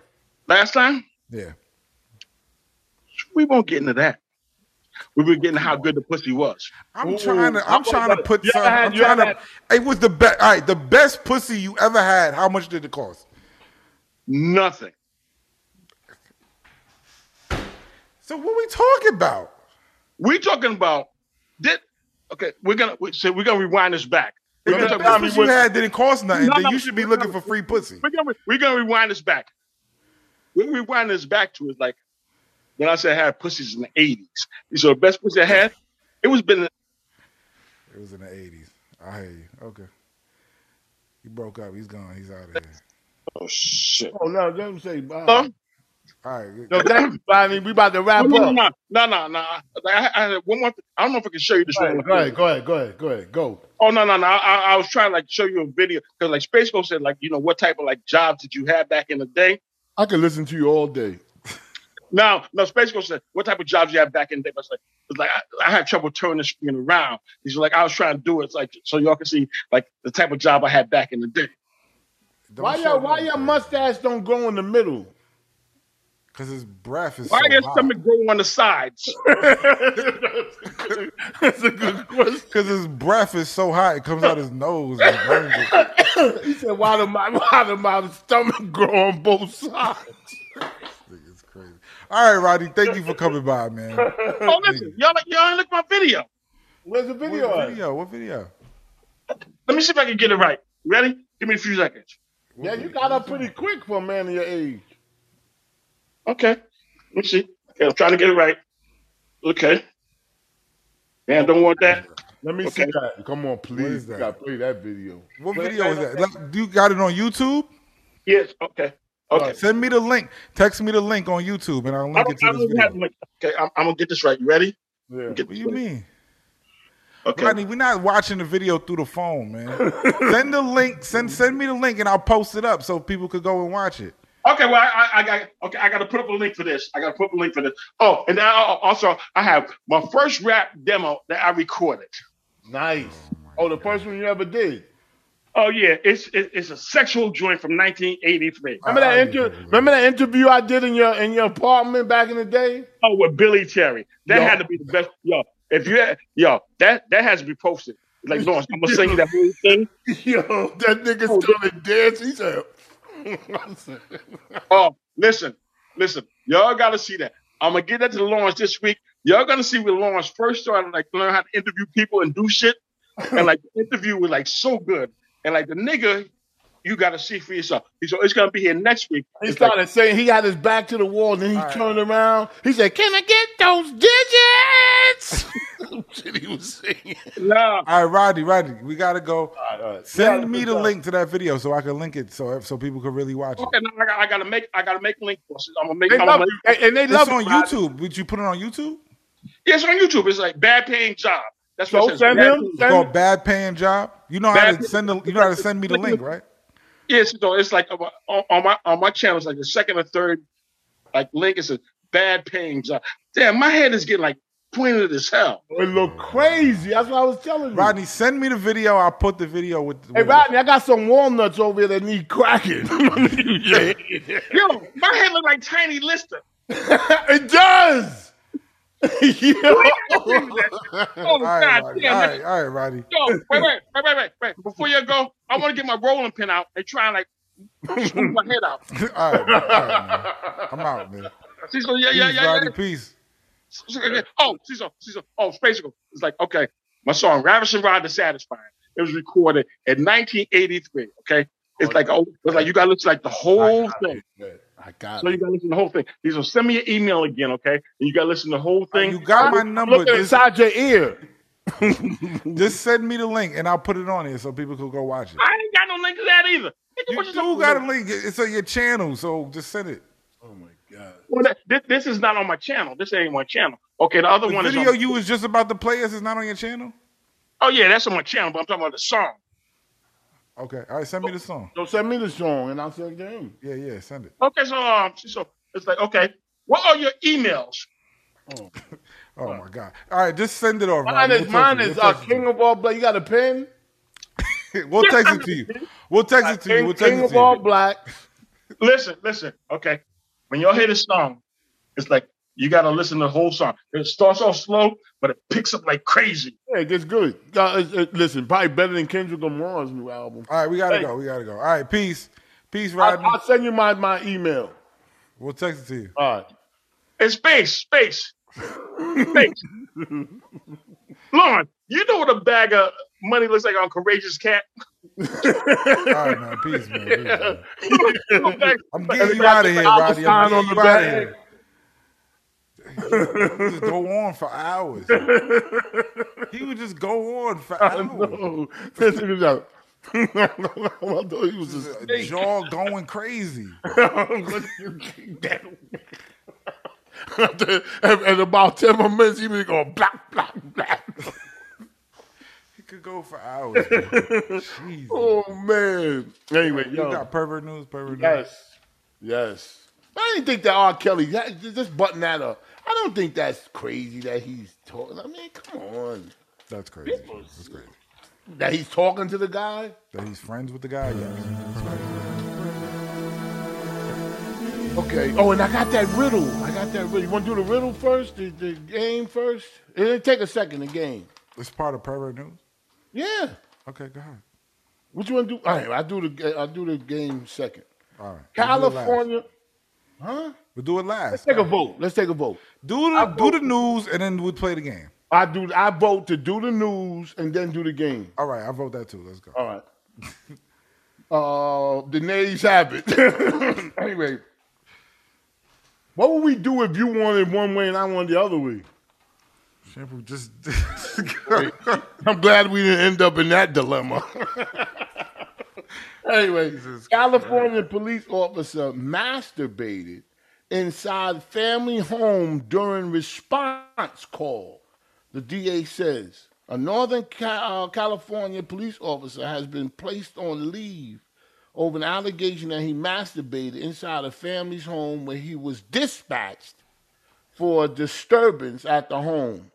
Last time Yeah. we won't get into that. We were getting how good the pussy was. I'm Ooh, trying to. I'm I'm trying to gonna- put you some. ever had- I'm you trying ever to. It was the best. All right, the best pussy you ever had. How much did it cost? Nothing. So what we talking about? We're talking about did okay. We're gonna we, so we're gonna rewind this back. We're If gonna, the talk best about, pussy you had didn't cost nothing, No, then no, you should be no, looking no. for free pussy. we're gonna we're gonna rewind this back. We rewind this back to is like when I said I had pussies in the eighties. These are the best pussy I had. It was been It was in the '80s. I hear you. Okay. He broke up. He's gone. He's out of here. oh shit. Oh no, let me say bye. Huh? All right. No, thank you, Bonnie. We about to wrap No, no, up. no, no, no, no. I, I had one more. Thing. I don't know if I can show you this Go one. ahead, go ahead, go ahead, go ahead, go ahead, go. Oh no, no, no. I, I, I was trying to like show you a video because like Space Ghost said like you know what type of like job did you have back in the day. I could listen to you all day. Now, no, Space Ghost said, what type of jobs you have back in the day? But it's like, it's like I, I had trouble turning the screen around. He's like, I was trying to do it it's like so y'all can see like the type of job I had back in the day. Why your why your mustache don't grow in the middle? Because his breath is Why so your hot. stomach grow on the sides? That's a good question. Because his breath is so hot, it comes out his nose. And burns it. He said, "Why do my why do my stomach grow on both sides?" It's crazy. All right, Rodney. Thank you for coming by, man. oh, listen, y'all y'all ain't look at my video. Where's the What video? at? video? What video? Let me see if I can get it right. Ready? Give me a few seconds. Yeah, you got up pretty quick for a man of your age. Okay. Let me see. Okay, I'm trying to get it right. Okay. Man, don't want that. Let me see Okay. that. Come on, please. is that? You gotta play that video. What Wait, video wait, is that? wait. Like, do you got it on YouTube? Yes. Okay. Okay. Send me the link. Text me the link on YouTube, and I'll I link it don't, I to don't this even have video. like, okay, I'm, I'm gonna get this right. You ready? Yeah. Get What this you right. mean? Okay. Rodney, we're not watching the video through the phone, man. send the link. Send send me the link, and I'll post it up so people could go and watch it. Okay, well, I, I, I got okay. I got to put up a link for this. I got to put up a link for this. Oh, and then I, also I have my first rap demo that I recorded. Nice. Oh, the first one you ever did. Oh yeah, it's it, it's a sexual joint from 1983. Remember I- that I inter- agree. Remember that interview I did in your in your apartment back in the day? Oh, with Billy Terry. That Yo. had to be the best. Yo, if you had, yo, that that has to be posted. Like Lawrence, I'm gonna sing that whole thing. Yo, that nigga Oh. still in dance. He said, Oh, listen, listen, y'all gotta see that. I'm gonna get that to Lawrence this week. Y'all gonna see where Lawrence first started like learn how to interview people and do shit. And like the interview was like so good. And like the nigga, you gotta see for yourself. He said, it's gonna be here next week. He It's like, started saying he had his back to the wall, then he turned around. He said, Can I get those digits? Shit, he was singing. nah. All right, Rodney, Rodney, we gotta go. Uh, Send Yeah, me good the job. link to that video so I can link it so so people can really watch it. Okay, now I, got, I gotta make I gotta make link for it. I'm gonna make They I'm love gonna- you. And, and they love It's on you, Rodney. YouTube. Would you put it on YouTube? Yeah, it's on YouTube. It's like bad paying job. That's what So I said. send Bad him- paying- It's called Bad Paying Job. You know how Bad to Paying- send the, you know how to send me the link, right? Yes, so it's like uh, on, on my on my channel, it's like the second or third like link. It's a bad paying job. Damn, my head is getting like pointed as hell. It looked crazy. That's what I was telling you. Rodney, send me the video. I'll put the video with. Hey, with it. Rodney, I got some walnuts over here that need cracking. Yo, my head look like Tiny Lister. it does. Yo. Oh All right, god Rodney. damn All it. right, all right, Rodney. Yo, wait, wait, wait, wait, wait, wait. Before you go, I want to get my rolling pin out and try and like smooth my head out. all right, man. All right, man. I'm out, man. See, so yeah, yeah, Peace, yeah, yeah. Rodney. Peace. So- so- yeah. Oh, see, so, see, so, oh, space. It's like okay, My song Ravishing Rod the Satisfying. It was recorded in 1983. Okay. It's like oh, it's like you gotta listen to, like the whole thing. I got So you it. gotta listen to the whole thing. He's gonna send me an email again, okay? And you gotta listen to the whole thing. You got my number. Look at Just, Inside your ear. just send me the link and I'll put it on here so people can go watch it. I ain't got no link to that either. Nigga, You what you do talking got about? a link. It's on your channel, so just send it. Oh my god. Well, that- this, this is not on my channel. This ain't my channel. Okay, the other The one is video on, you was just about to play us is not on your channel. Oh yeah, that's on my channel, but I'm talking about the song. Okay, all right, send me the song. So send me the song and I'll send it to him. Yeah, yeah, send it. Okay, so um, so it's like, okay, what are your emails? Oh my god! All right, just send it over. Mine is mine is uh, king of all black. You got a pen? We'll text it to you. We'll text it to you. King, We'll text king it of to you. all black. listen, listen. Okay, when y'all hear this song, it's like you gotta listen to the whole song. It starts off slow, but it picks up like crazy. Yeah, it gets good. Uh, it's- it- listen, probably better than Kendrick Lamar's new album. All right, we gotta Hey. go. We gotta go. All right, peace, peace, I, Rodney. will send you my, my email. We'll text it to you. All right. It's space, space, space. Lauren, you know what a bag of money looks like on Courageous Cat? All right, man. Peace, man. Peace, man. I'm getting you out of got the here, dollar Rodney. sign I'm on getting the you out of back. here. He would just go on for hours. He would just go on for I hours. know. This nigga's out. I thought he was a snake. Jaw going crazy. and, and about 10 more minutes, he was going black, black, black. He could go for hours. man. Jeez. Oh, man. Anyway, You yo. got pervert news, pervert news. Yes. Yes. I didn't think that R. Kelly, that, just button that up. I don't think that's crazy that he's talking. I mean, come on. That's crazy. That's crazy. That he's talking to the guy? That he's friends with the guy. Yes. Okay. Oh, and I got that riddle. I got that riddle. You want to do the riddle first? The, the game first? It didn't take a second, the game. It's part of pervert news. Yeah. Okay, go ahead. What you want to do? All right, I'll do the, I'll do the game second. All right. California. Huh? We'll do it last. Take a vote. Let's take a vote. Do I the do the news and then we'll play the game. I do. I vote to do the news and then do the game. All right, I vote that too. Let's go. All right. uh, the nays have it. anyway, what would we do if you wanted one way and I wanted the other way? Shampoo, just I'm glad we didn't end up in that dilemma. anyway, California police officer masturbated inside family home during response call. The DA says a Northern Ca- uh, California police officer has been placed on leave over an allegation that he masturbated inside a family's home where he was dispatched for a disturbance at the home.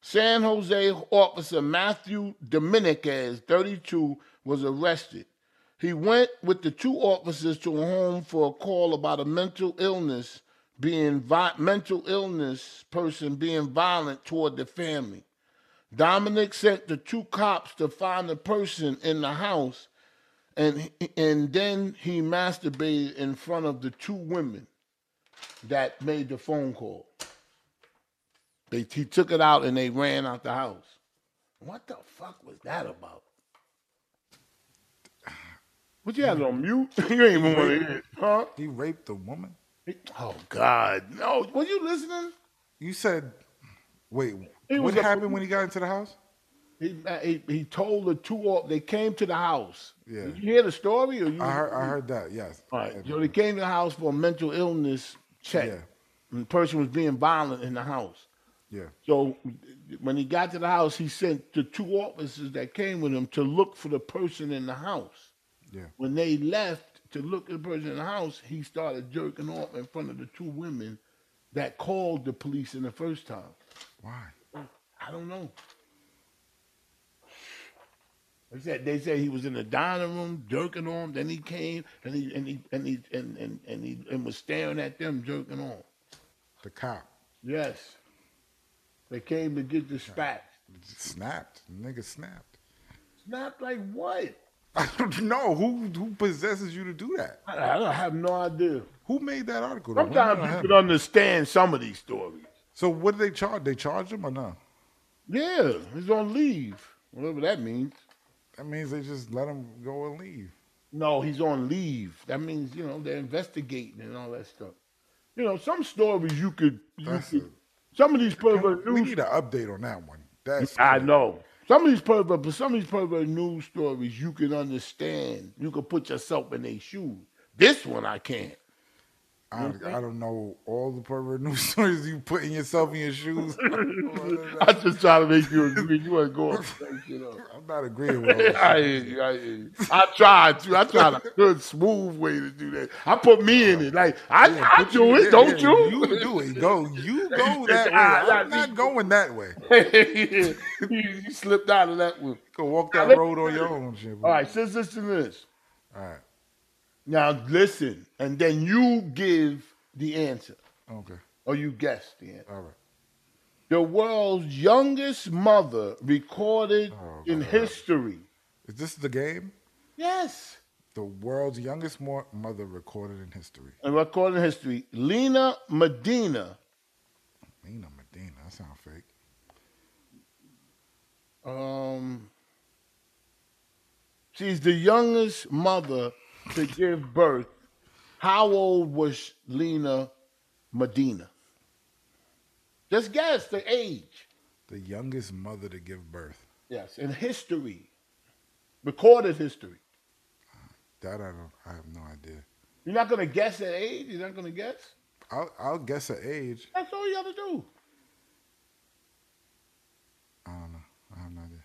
San Jose officer Matthew Dominguez, 32, was arrested. He went with the two officers to a home for a call about a mental illness being vi- mental illness person being violent toward the family. Dominic sent the two cops to find the person in the house and and then he masturbated in front of the two women that made the phone call. They he took it out and they ran out the house. What the fuck was that about? What you had it on mute? you ain't even want to hear it, huh? he raped a woman. Oh God, no! Were you listening? You said, wait, He what was a- happened when he got into the house? He, he he told the two off. They came to the house. Yeah. Did you hear the story? Or you? I heard, I heard that. Yes. All right. So they came to the house for a mental illness check. Yeah. And the person was being violent in the house. Yeah. So when he got to the house, he sent the two officers that came with him to look for the person in the house. Yeah. When they left to look at the person in the house, he started jerking off in front of the two women that called the police in the first time. Why? I don't know. They said they said he was in the dining room jerking on. Then he came and he and he and he and and, and he and was staring at them jerking on. The cop Yes, they came to get dispatched. snapped. Nigga snapped. Not like what? I don't know who who possesses you to do that. I, I don't have no idea. Who made that article? The woman Sometimes or you him? can understand some of these stories. So what did they charge? They charged him or no? Yeah, he's on leave, whatever that means. That means they just let him go and leave. No, he's on leave. That means you know they're investigating and all that stuff. You know, some stories you could, you That's could a- some of these pervert We news. need an update on that one. That's I know some of these pervert, but some of these pervert news stories you can understand. You can put yourself in their shoes. This one I can't. I, I don't know all the pervert news stories you putting yourself in your shoes. I just try to make you agree. You ain't going. You know. I'm not agreeing with all that. I, hear you, I, hear you. I tried to. I tried a good, smooth way to do that. I put me in it. Like I, Yeah, I put do you- it, yeah, don't yeah, you? You do it. Go. You go that way. Ah, I'm that'd not be- going that way. You you, you slipped out of that one. can walk Now, that let- road on your own, shit. All right, since listen to this. All right. Now listen, and then you give the answer, Okay. or you guess the answer. All right. The world's youngest mother recorded Oh, in God. history. Is this the game? Yes, The world's youngest mo- mother recorded in history. and recorded in history. Lena Medina. Nina Medina. That sounds fake. Um, she's the youngest mother to give birth. How old was Lena Medina? Just guess the age. The youngest mother to give birth. Yes, in history, recorded history. That I don't. I have no idea. You're not gonna guess at age. You're not gonna guess. I'll, I'll guess her age. That's all you gotta do. I don't know. I have no idea.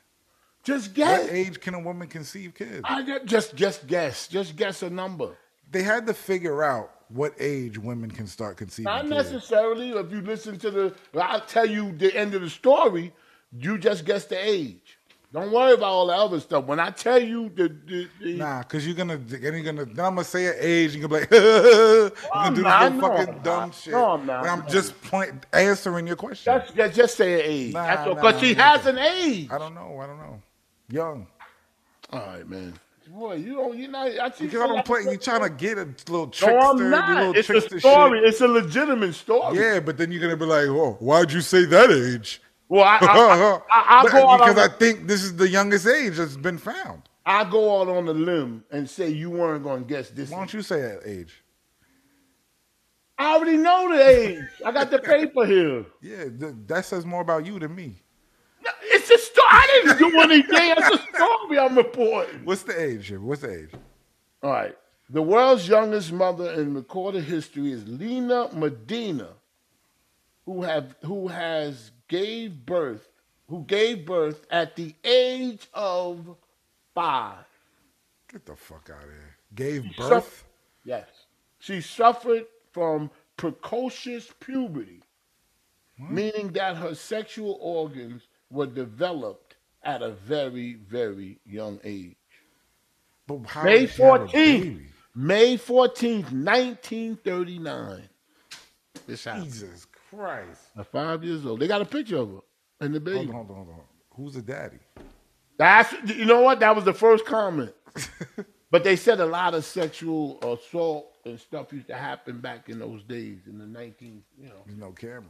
Just What guess. age can a woman conceive kids? I ju- just just guess. Just guess a number. They had to figure out what age women can start conceiving Not kids. necessarily. If you listen to the, I'll tell you the end of the story. You just guess the age. Don't worry about all the other stuff. When I tell you the, the, the Nah, cause you're gonna then you're gonna then I'm gonna say an age and you're gonna be like you're gonna I'm do this not. little No, fucking I'm dumb not. shit. No, I'm not. And I'm No. just point, answering your question. that's, that's just say an age. Nah, that's all. nah, Because she nah. has an age. I don't know. I don't know. Young. All right, man. Boy, you don't. You're not. I see Because I don't play. You're trying to get a little trickster, No, I'm the little not. It's trickster a story. shit. It's a legitimate story. Yeah, but then you're gonna be like, "Whoa, why'd you say that age?" Well, I, I, I, I, I But- go out on because I the- think this is the youngest age that's been found. I go out on a limb and say you weren't going to guess this. Why don't you say that age? I already know the age. I got the paper here. Yeah, th- that says more about you than me. No, It's a story. I didn't do anything. It's a story I'm reporting. What's the age? here? What's the age? All right. The world's youngest mother in recorded history is Lena Medina, who have who has gave birth, who gave birth at the age of five. Get the fuck out of here. Gave suck- birth. Yes. She suffered from precocious puberty, meaning that her sexual organs were developed at a very, very young age. But how May did she have a 14th. baby? May 14th, 1939. This happened. Jesus Christ. At five years old. They got a picture of her and the Hold baby. on, hold on, hold on. Who's the daddy? That's you know what? That was the first comment. but they said a lot of sexual assault and stuff used to happen back in those days in the 19, you know. uh, There's no cameras.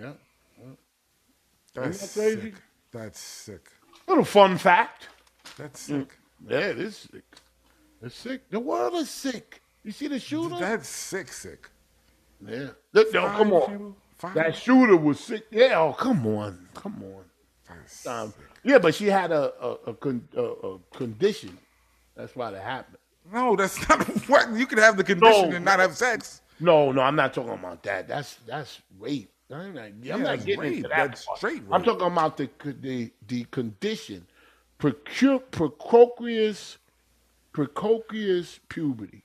Yeah. That's that crazy? sick. That's sick. Little fun fact. That's sick. Yeah, it is sick. It's sick. The world is sick. You see the shooter? That's sick, sick. yeah. Look, no, Mm. Oh, come Five on. people? Five? That shooter was sick. Yeah, oh, come on. Come on. That's Um, sick. yeah, but she had a, a, a, con, a, a condition. That's why that happened. No, that's not what you could have the condition No. and not have sex. No, no, I'm not talking about that. That's that's rape. I'm not, I'm not that's getting rape. into that. That's part. straight I'm rape. talking about the the, the condition, Precu- precocious, precocious puberty.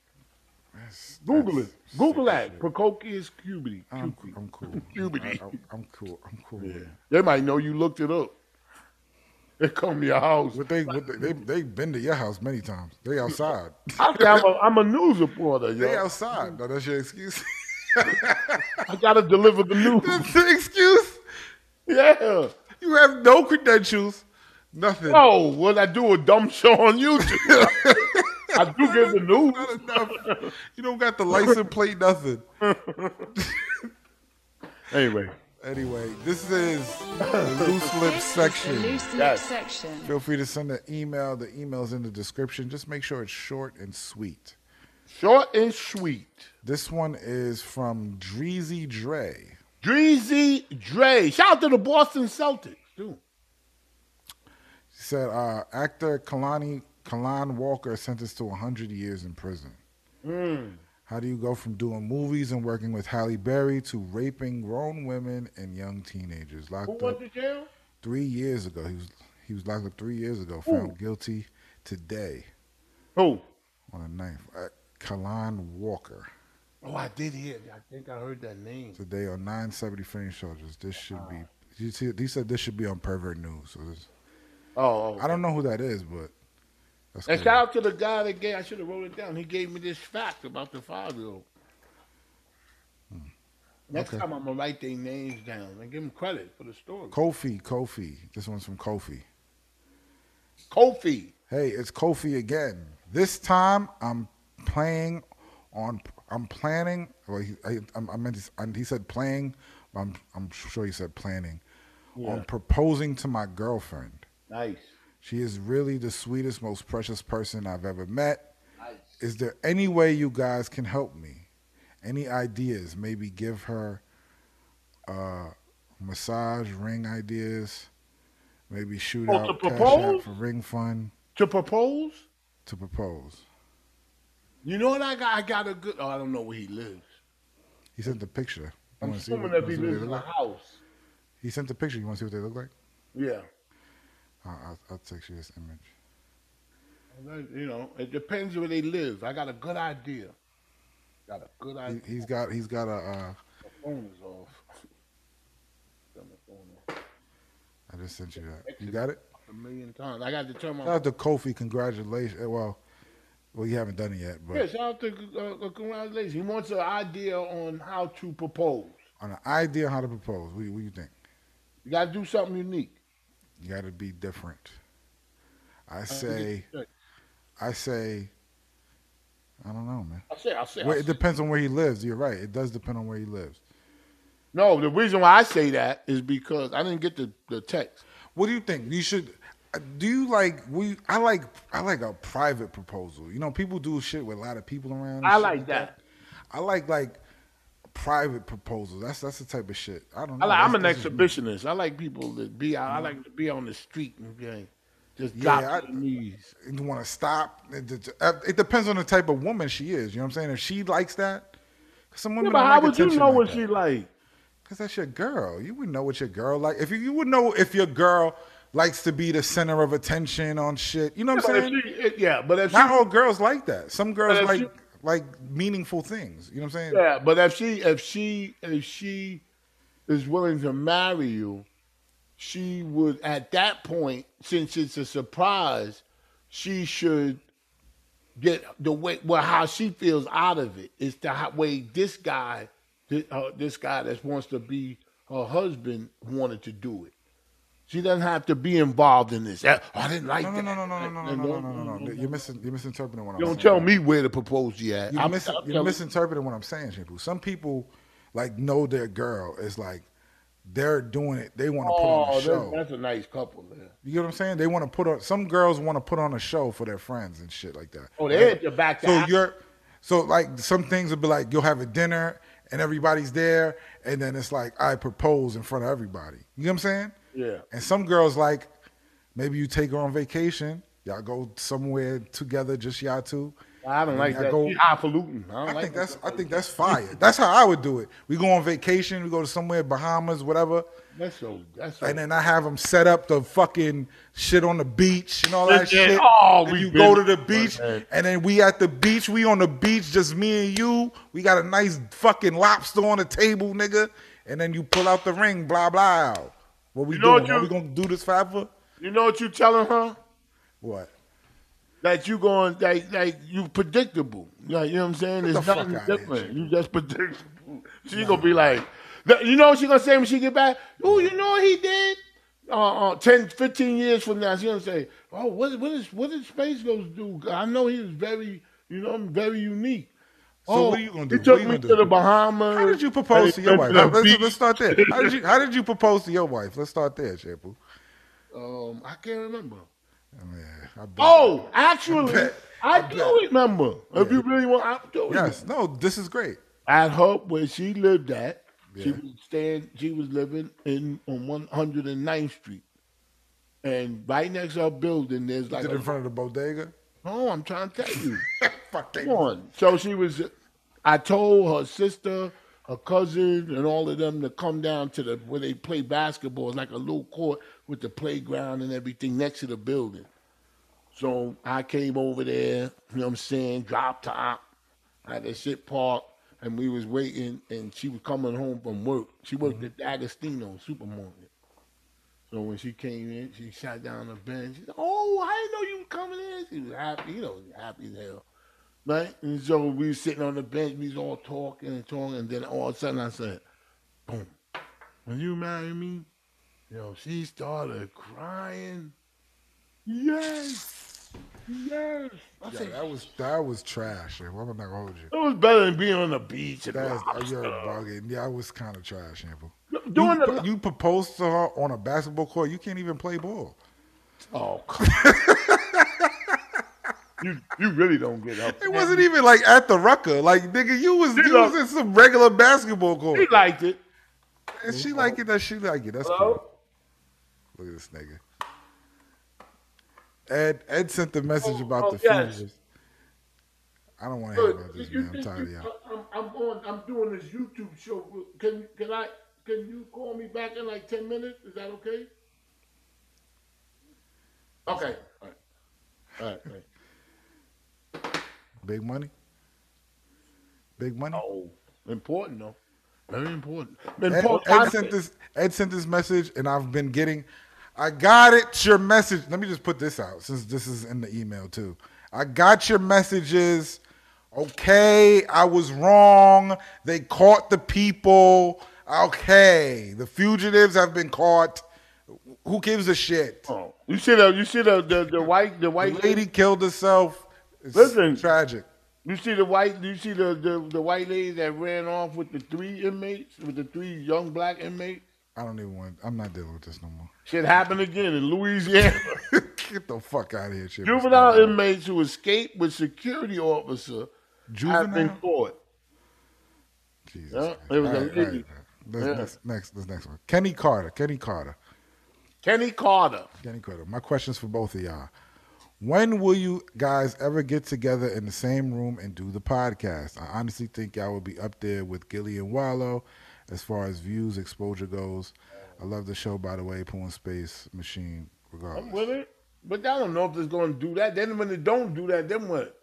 That's- Google it. that's Google sick as that. Precocious puberty. shit. I'm, I'm cool. Puberty. I, am I'm cool. I'm cool. Yeah. They might know you looked it up. They come to your house. What they, what they, they, they've been to your house many times. They outside. I say I'm a, I'm a news reporter, they yo. outside. No, that's your excuse. I gotta deliver the news. that's the excuse. yeah. You have no credentials, nothing. Oh, what I do a dumb show on YouTube. I do give the news. Not enough. You don't got the license plate, nothing. Anyway, Anyway, this is the loose lips The section. loose Yes. lips section. Feel free to send an email. The email's in the description. Just make sure it's short and sweet. Short and sweet. This one is from Dreezy Dre. Dreezy Dre. Shout out to the Boston Celtics, too. He said uh, actor Kalani Kalan Walker sentenced to 100 years in prison. How do you go from doing movies and working with Halle Berry to raping grown women and young teenagers? Who Locked went up to jail? three years ago. He was he was locked up three years ago. Found guilty today Who? on a knife. Uh, Kalan Walker Oh, I did hear. I think I heard that name. today on 970 framing charges. This should be. You see, he said this should be on pervert news. So this, Oh, oh. I don't know who that is, but that's And crazy. shout out to the guy that gave. I should have wrote it down. He gave me this fact about the five year old. Hmm. Next time I'm gonna write their names down and give them credit for the story. Kofi. Kofi. This one's from Kofi. Kofi. Hey, it's Kofi again. This time I'm playing on. I'm planning. Well, he, I, I'm- I meant to, s- and he said playing. but I'm I'm sure he said planning on proposing to my girlfriend. Nice. She is really the sweetest, most precious person I've ever met. Is there any way you guys can help me? Any ideas? Maybe give her uh, massage ring ideas. Maybe shoot Oh, to out cash propose? out for ring fund To propose, to propose. you know what I got? I got a good. Oh, I don't know where he lives. He sent the picture. You I'm wanna see assuming what- that he you wanna see what lives they in a look like? house. He sent the picture. You want to see what they look like? Yeah. I- I'll, I'll text you this image. You know, it depends where they live. I got a good idea. Got a good idea. He, he's got he's got a. Uh, My phone is off. Got my phone off I just sent you that. You got it. A million times. I got to turn my Shout out to Kofi. Congratulations. Uh, Well, well, you haven't done it yet, but Yeah, shout out to uh, uh, congratulations. He wants an idea on how to propose. on an idea how to propose. What, do you- what do you think? You gotta do something unique. You got to be different. Uh, I say, I say, I don't know, man. I say, I say, I Well, say. it depends on where he lives. You're right. It does depend on where he lives. no, the reason why I say that is because I didn't get the, the text. What do you think? You should. uh, Do you like we? I like I like a private proposal. You know, people do shit with a lot of people around. and I shit like that. I like like private proposals. That's that's the type of shit. I don't know. I like, I'm an That's- that's- exhibitionist. I like people to be out. I like to be on the street and be like, just Yeah, drop I- to the knees. You want to stop? It, it- it depends on the type of woman she is. You know what I'm saying? If she likes that, 'cause some Yeah, women but don't how like would you attention know like what that. she like? Cause that's your girl. You would know what your girl like. If you, you would know if your girl likes to be the center of attention on shit. You know what But I'm if saying? she, it- yeah, but if she, Not all girls like that. Some girls But if like she- like meaningful things. You know what I'm saying? yeah, but if she, if she, if she is willing to marry you, she would at that point, since it's a surprise, she should get the way well how she feels out of it. It's the ho- way this guy, this, uh, this guy that wants to be her husband, wanted to do it. She doesn't have to be involved in this. Uh, I didn't like No, no, that. no, no, no, no, no, And no, no, don't- no, no, no. You're missing. You're misinterpreting what I'm saying. Mm-hmm. Don't tell me where to propose yet. You're, I'm- mis- I'm you're telling- misinterpreting what I'm saying, Shampoo. Some people like know their girl is like they're doing it. They want to put on Oh, a that's, show. that's a nice couple there. You get what I'm saying? They want to put on. Some girls want to put on a show for their friends and shit like that. Oh, they had your back. So you're, so like some things would be like you'll have a dinner and everybody's there, and then it's like I propose in front of everybody. You know what I'm saying? Yeah. And some girls like maybe you take her on vacation, y'all go somewhere together, just y'all two. I don't like I that. go- She highfalutin. I don't I like think that. that's I think that's fire. That's how I would do it. We go on vacation, we go to somewhere Bahamas, whatever, That's so. That's so. and then I have them set up the fucking shit on the beach and all that Yeah, shit. oh, and we you been- go to the beach, man. and then we at the beach. We on the beach, just me and you. We got a nice fucking lobster on the table, nigga. And then you pull out the ring, blah blah. What we You know doing? what you- Are we gonna do this forever? you know what you telling her? What? That you going like like you predictable. Like you know what I'm saying? It's the fuck nothing outta here, different. You just predictable. She gonna be like, that- you know what she gonna say when she get back? Oh, you know what he did? Uh, uh, 10, 15 years from now, she gonna say, "Oh, what, what is what did Space Ghost do? I know he was very, you know, very unique." Oh, So what are you gonna do? He What are took you me gonna to do? the Bahamas. How did you and he propose to your took wife? me to the Let's, let's, beach. start there. How did you How did you propose to your wife? Let's start there, Shampoo. Um, I can't remember. Oh, yeah, I bet. Oh, actually, I, do bet. remember. If you really want, I do. yes. No, this is great. At her where she lived at, she Yeah. was staying. She was living in on 109th Street, and right next to her building, there's like. Did it in A, front of the bodega. oh, I'm trying to tell you. Fuck Come on. So she was. I told her sister, her cousin, and all of them to come down to the where they play basketball. It's like a little court with the playground and everything next to the building. So I came over there. You know what I'm saying? Drop top. I had that shit parked, and we was waiting, and she was coming home from work. She worked at Agostino supermarket. So when she came in, she sat down on the bench. She said, "Oh, I didn't know you were coming in." She was happy, you know, happy as hell right? And so we were sitting on the bench, we was all talking and talking, and then all of a sudden I said, boom, when you marry me, you know, she started crying. Yes, yes. I Yeah, said, that was that was trash. Shampoo. I'm not gonna hold you. it was better than being on the beach and That is, oh, lobster. you're bugging. Yeah, I was kind of trash, Shampoo. doing you, the you proposed to her on a basketball court. You can't even play ball. oh. Come on. You, you really don't get up. It wasn't even like at the rucker. Like nigga, you was you like- was in some regular basketball She court. liked it. And she like it. That she like it. That's Hello? cool. Look at this nigga. Ed Ed sent the message Oh, about oh, the yes. fugitives. I don't want to hear Look, about you this, you man. I'm think tired of you- y'all. I- I'm, I'm on. I'm doing this YouTube show. Can can I? Can you call me back in like ten minutes? Is that okay? Okay. All right. All right. all right. Big money. Big money. Oh, important though. Very important. Ed, Important Ed sent content. this. Ed sent this message, and I've been getting. I got it. Your message. Let me just put this out since this is in the email too. I got your messages. Okay, I was wrong. They caught the people. Okay, the fugitives have been caught. Who gives a shit? Oh, you see the you see the the, the white the The white lady killed herself. It's Listen. tragic. You see the white you see the, the the white lady that ran off with the three inmates with the three young black inmates. I don't even want. I'm not dealing with this no more. Shit happened again in Louisiana. Get the fuck out of here, shit. Juvenile inmates who escaped with security officer have been Juvenile? caught. Jesus. Yeah, Christ. it was a All right, lady. all right. This, Yeah. next, next, this next one. Kenny Carter. Kenny Carter. Kenny Carter. Kenny Carter. My questions for both of y'all. When will you guys ever get together in the same room and do the podcast? I honestly think y'all will be up there with Gilly and Wallow as far as views, exposure goes. I love the show, by the way, Pool and Space Machine, I'm regardless. with it. But I don't know if it's going to do that. Then when they don't do that, then what?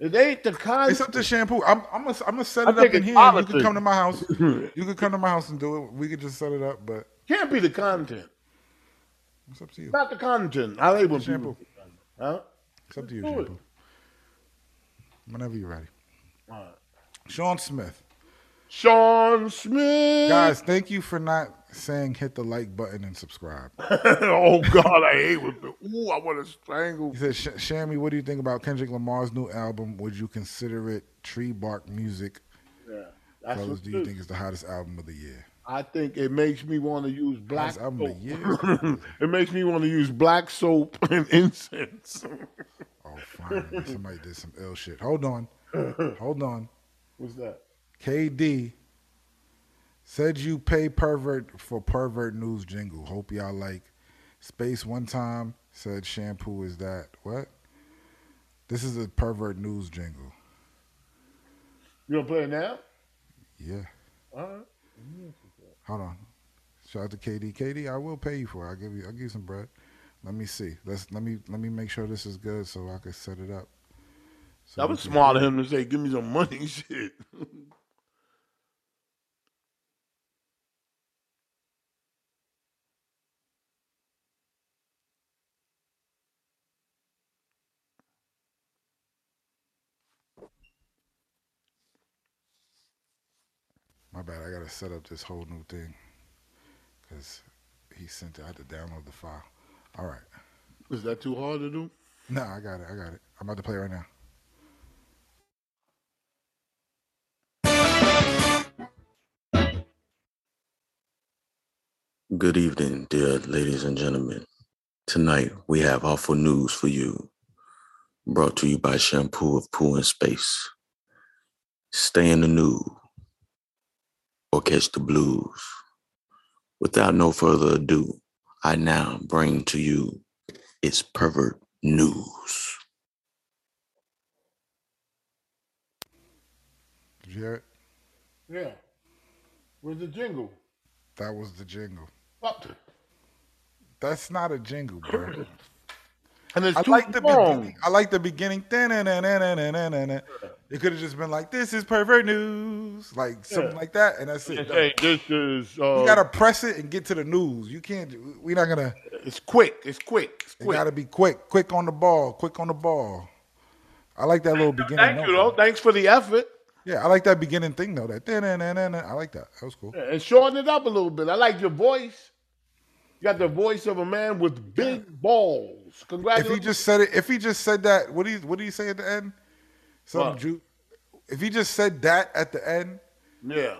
It ain't the It's up concept. to shampoo. I'm I'm gonna I'm gonna set I it think up in it's here. You politics. can come to my house. you can come to my house and do it. We could just set it up, but Can't be the content. it's up to you. Not the content. I hate when Shampoo. people. Huh? It's up to you, Do it. shampoo. Whenever you're ready. All right. Sean Smith. Sean Smith. Guys, thank you for not saying hit the like button and subscribe. oh God, I hate when people. Ooh, I want to strangle. He says, "Sh- Shammy, what do you think about Kendrick Lamar's new album? Would you consider it tree bark music? Yeah, that's Fellas, what do you think is the hottest album of the year? I think it makes me want to use black. Hottest album of the year? It makes me want to use black soap and incense. oh, fine. Somebody did some ill shit. Hold on. Hold on. What's that? KD said you pay pervert for pervert news jingle. Hope y'all like space one time. Said shampoo is that what? This is a pervert news jingle. You gonna play it now? Yeah. All right. Hold on. Shout out to KD. KD, I will pay you for it. I'll give you I'll give you some bread. Let me see. Let's let me let me make sure this is good so I can set it up. So That we was can- smart of him to say, "Give me some money." Shit. My bad. I gotta set up this whole new thing. Cause he sent it. I had to download the file. All right. Is that too hard to do? No, I got it. I got it. I'm about to play right now. Good evening, dear ladies and gentlemen. Tonight we have awful news for you, brought to you by Shampoo of Poo in Space. Stay in the nude or catch the blues. Without no further ado, I now bring to you its pervert news. Did you hear it? Yeah. Where's the jingle? That was the jingle. Fuck. That's not a jingle, bro. And it's I too like the long. beginning. I like the beginning. Da-na-na-na-na-na-na. It could have just been like, "This is pervert news," like something Yeah. like that, and that's it. Hey, this is. Uh, You gotta press it and get to the news. You can't. We're not gonna. it's quick. It's quick. It's It quick. gotta be quick, quick on the ball, quick on the ball. I like that little beginning. Thank note, you, though. though. Oh, Thanks for the effort. Yeah, I like that beginning thing though. That da-na-na-na-na. I like that. That was cool. Yeah, and shorten it up a little bit. I like your voice. You got the voice of a man with big balls. If he Congratulations. just said it, if he just said that, what do you what do you say at the end? Some What? Jew. If he just said that at the end, yeah.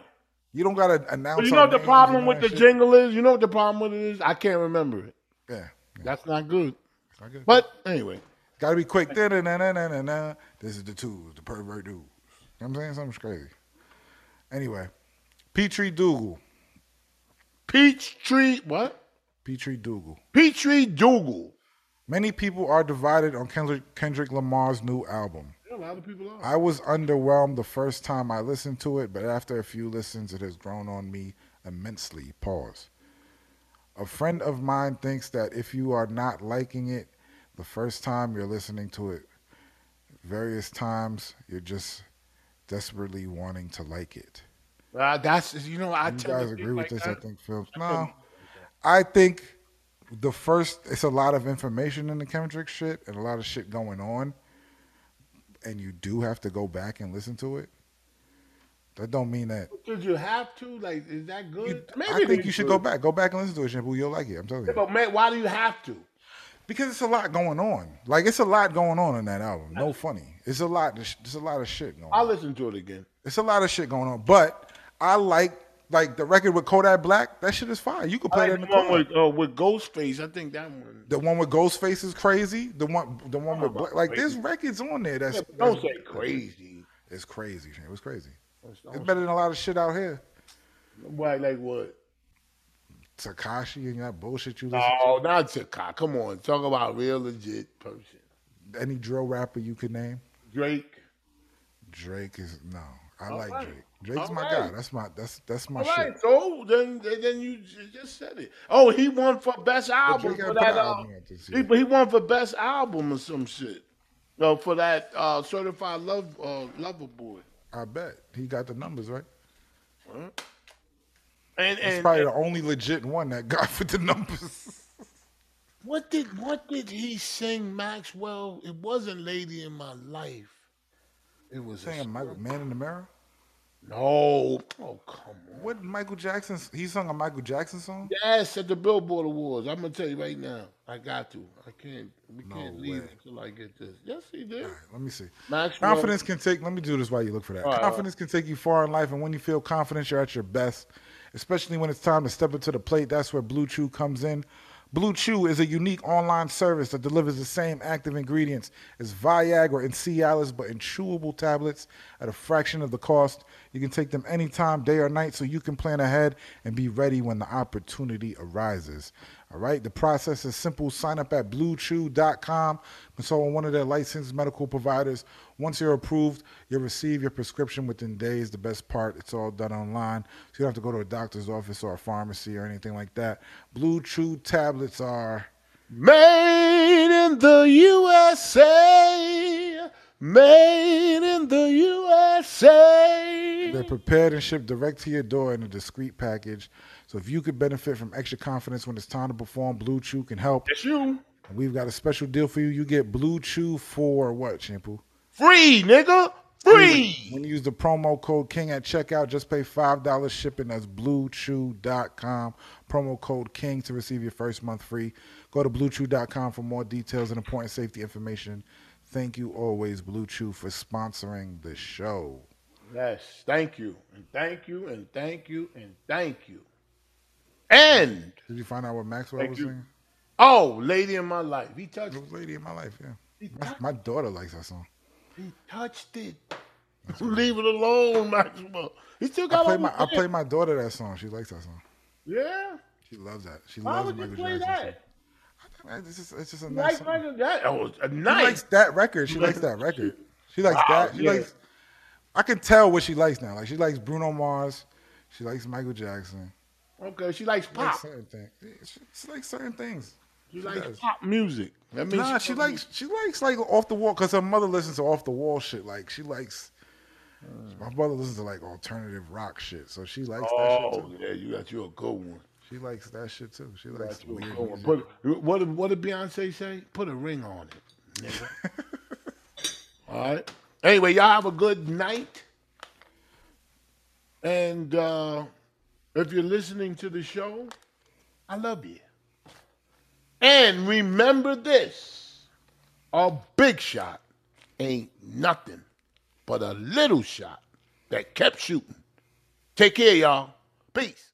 you don't gotta announce. But you our know what the names problem and with all the that shit. jingle is? You know what the problem with it is? I can't remember it. Yeah, yeah, That's not good. I get it. But anyway, Gotta be quick. Da-da-na-na-na-na. This is the two, the pervert dude. You know what I'm saying something's crazy. Anyway, Petrie Dougal. Peachtree, what? Petrie Dougal. Peachtree Dougal. Many people are divided on Kendrick, Kendrick Lamar's new album. Yeah, a lot of people are. I was underwhelmed the first time I listened to it, but after a few listens, it has grown on me immensely. Pause. A friend of mine thinks that if you are not liking it the first time you're listening to it, various times you're just desperately wanting to like it. Uh, that's you know I You tend to guys think agree with like this? I that. think Phillips. No, I think the first. It's a lot of information in the Kendrick shit, and a lot of shit going on, and you do have to go back and listen to it. That don't mean that. Did you have to? Like, is that good? You, Maybe I it think is you should good. go back. Go back and listen to it, Shampoo. You'll like it. I'm telling Yeah, you. But man, why do you have to? Because it's a lot going on. Like it's a lot going on in that album. No funny. It's a lot. There's a lot of shit going. I'll on. listen to it again. It's a lot of shit going on. But I like like the record with Kodak Black. That shit is fire. You could play I that like in the the one car. with, uh, with Ghostface. I think that one. The one with Ghostface is crazy. The one, the Oh, one with Black, like there's records on there that's, Don't that's say Oh, crazy. it's crazy. Shane. It was crazy. It's Don't- better than a lot of shit out here. Why, like what? Takashi and that bullshit you listen No, not Tupac. Come on, talk about real legit person. to. Any drill rapper you could name. Drake. Drake is no. I All like right. Drake. Drake's All my right. guy. That's my that's that's my All shit. right, so then then you j- just said it. Oh, he won for best album Drake gotta for put that. an Uh, album out this he, year. he won for best album or some shit. No, for that uh, certified love uh, lover boy. I bet he got the numbers right. And He's and, probably the only legit one that got for the numbers. what did what did he sing, Maxwell? It wasn't "Lady in My Life." It was a, Saying Michael Man in the Mirror. no. Oh come on. What Michael Jackson? He sung a Michael Jackson song. Yes, at the Billboard Awards. I'm gonna tell you right now. I got to. I can't. We can't leave way. until I get this. Yes, he did. All right, let me see. Maxwell. Confidence can take. Let me do this while you look for that. All right, all right. confidence can take you far in life, and when you feel confident, you're at your best. Especially when it's time to step up to the plate. That's where Blue Chew comes in. Blue Chew is a unique online service that delivers the same active ingredients as Viagra and Cialis, but in chewable tablets at a fraction of the cost. You can take them anytime, day or night, so you can plan ahead and be ready when the opportunity arises. All right, the process is simple. Sign up at bluechew.com, consult with one of their licensed medical providers. Once you're approved, you'll receive your prescription within days. The best part, it's all done online, so you don't have to go to a doctor's office or a pharmacy or anything like that. Blue Chew tablets are. Made in the USA. Made in the USA. They're prepared and shipped direct to your door in a discreet package. So if you could benefit from extra confidence when it's time to perform, Blue Chew can help. That's you. And We've got a special deal for you. You get Blue Chew for what, Shampoo? Free, nigga. Free. When you use the promo code KING at checkout, just pay $5 shipping. That's bluechew.com. Promo code KING to receive your first month free. Go to bluechew.com for more details and important safety information. Thank you always, Blue Chew, for sponsoring the show. Yes. Thank you. And thank you. And thank you. And thank you. And Did you find out what Maxwell Thank was you. singing? oh, lady in my life, he touched, It was Lady in My Life, yeah. he touched, My, my daughter likes that song. he touched it. Leave it alone, Maxwell. He still I got play on my the I thing. play my daughter that song. She likes that song. Yeah, She loves that. She why loves would you Michael play Jackson. that? song. Man, It's just, it's just a You nice Like song. Michael Jackson? Oh, a She likes nice. that record. She likes that record. She likes Wow, that. She yeah. likes. I can tell what she likes now. Like she likes Bruno Mars. She likes Michael Jackson. Okay, she likes She likes pop. certain things. She, she likes certain things. She likes does. pop music. That means nah, she likes she likes like off the wall because her mother listens to off the wall shit. Like she likes. My mother listens to like alternative rock shit, so she likes that shit Oh, too. yeah, you got you a good one. She likes that shit too. She likes Got you a weird good one. music. Put, what, did- what did Beyonce say? Put a ring on it. Nigga. All right. Anyway, y'all have a good night. And uh, if you're listening to the show, I love you. And remember this a big shot ain't nothing but a little shot that kept shooting. Take care, y'all. Peace.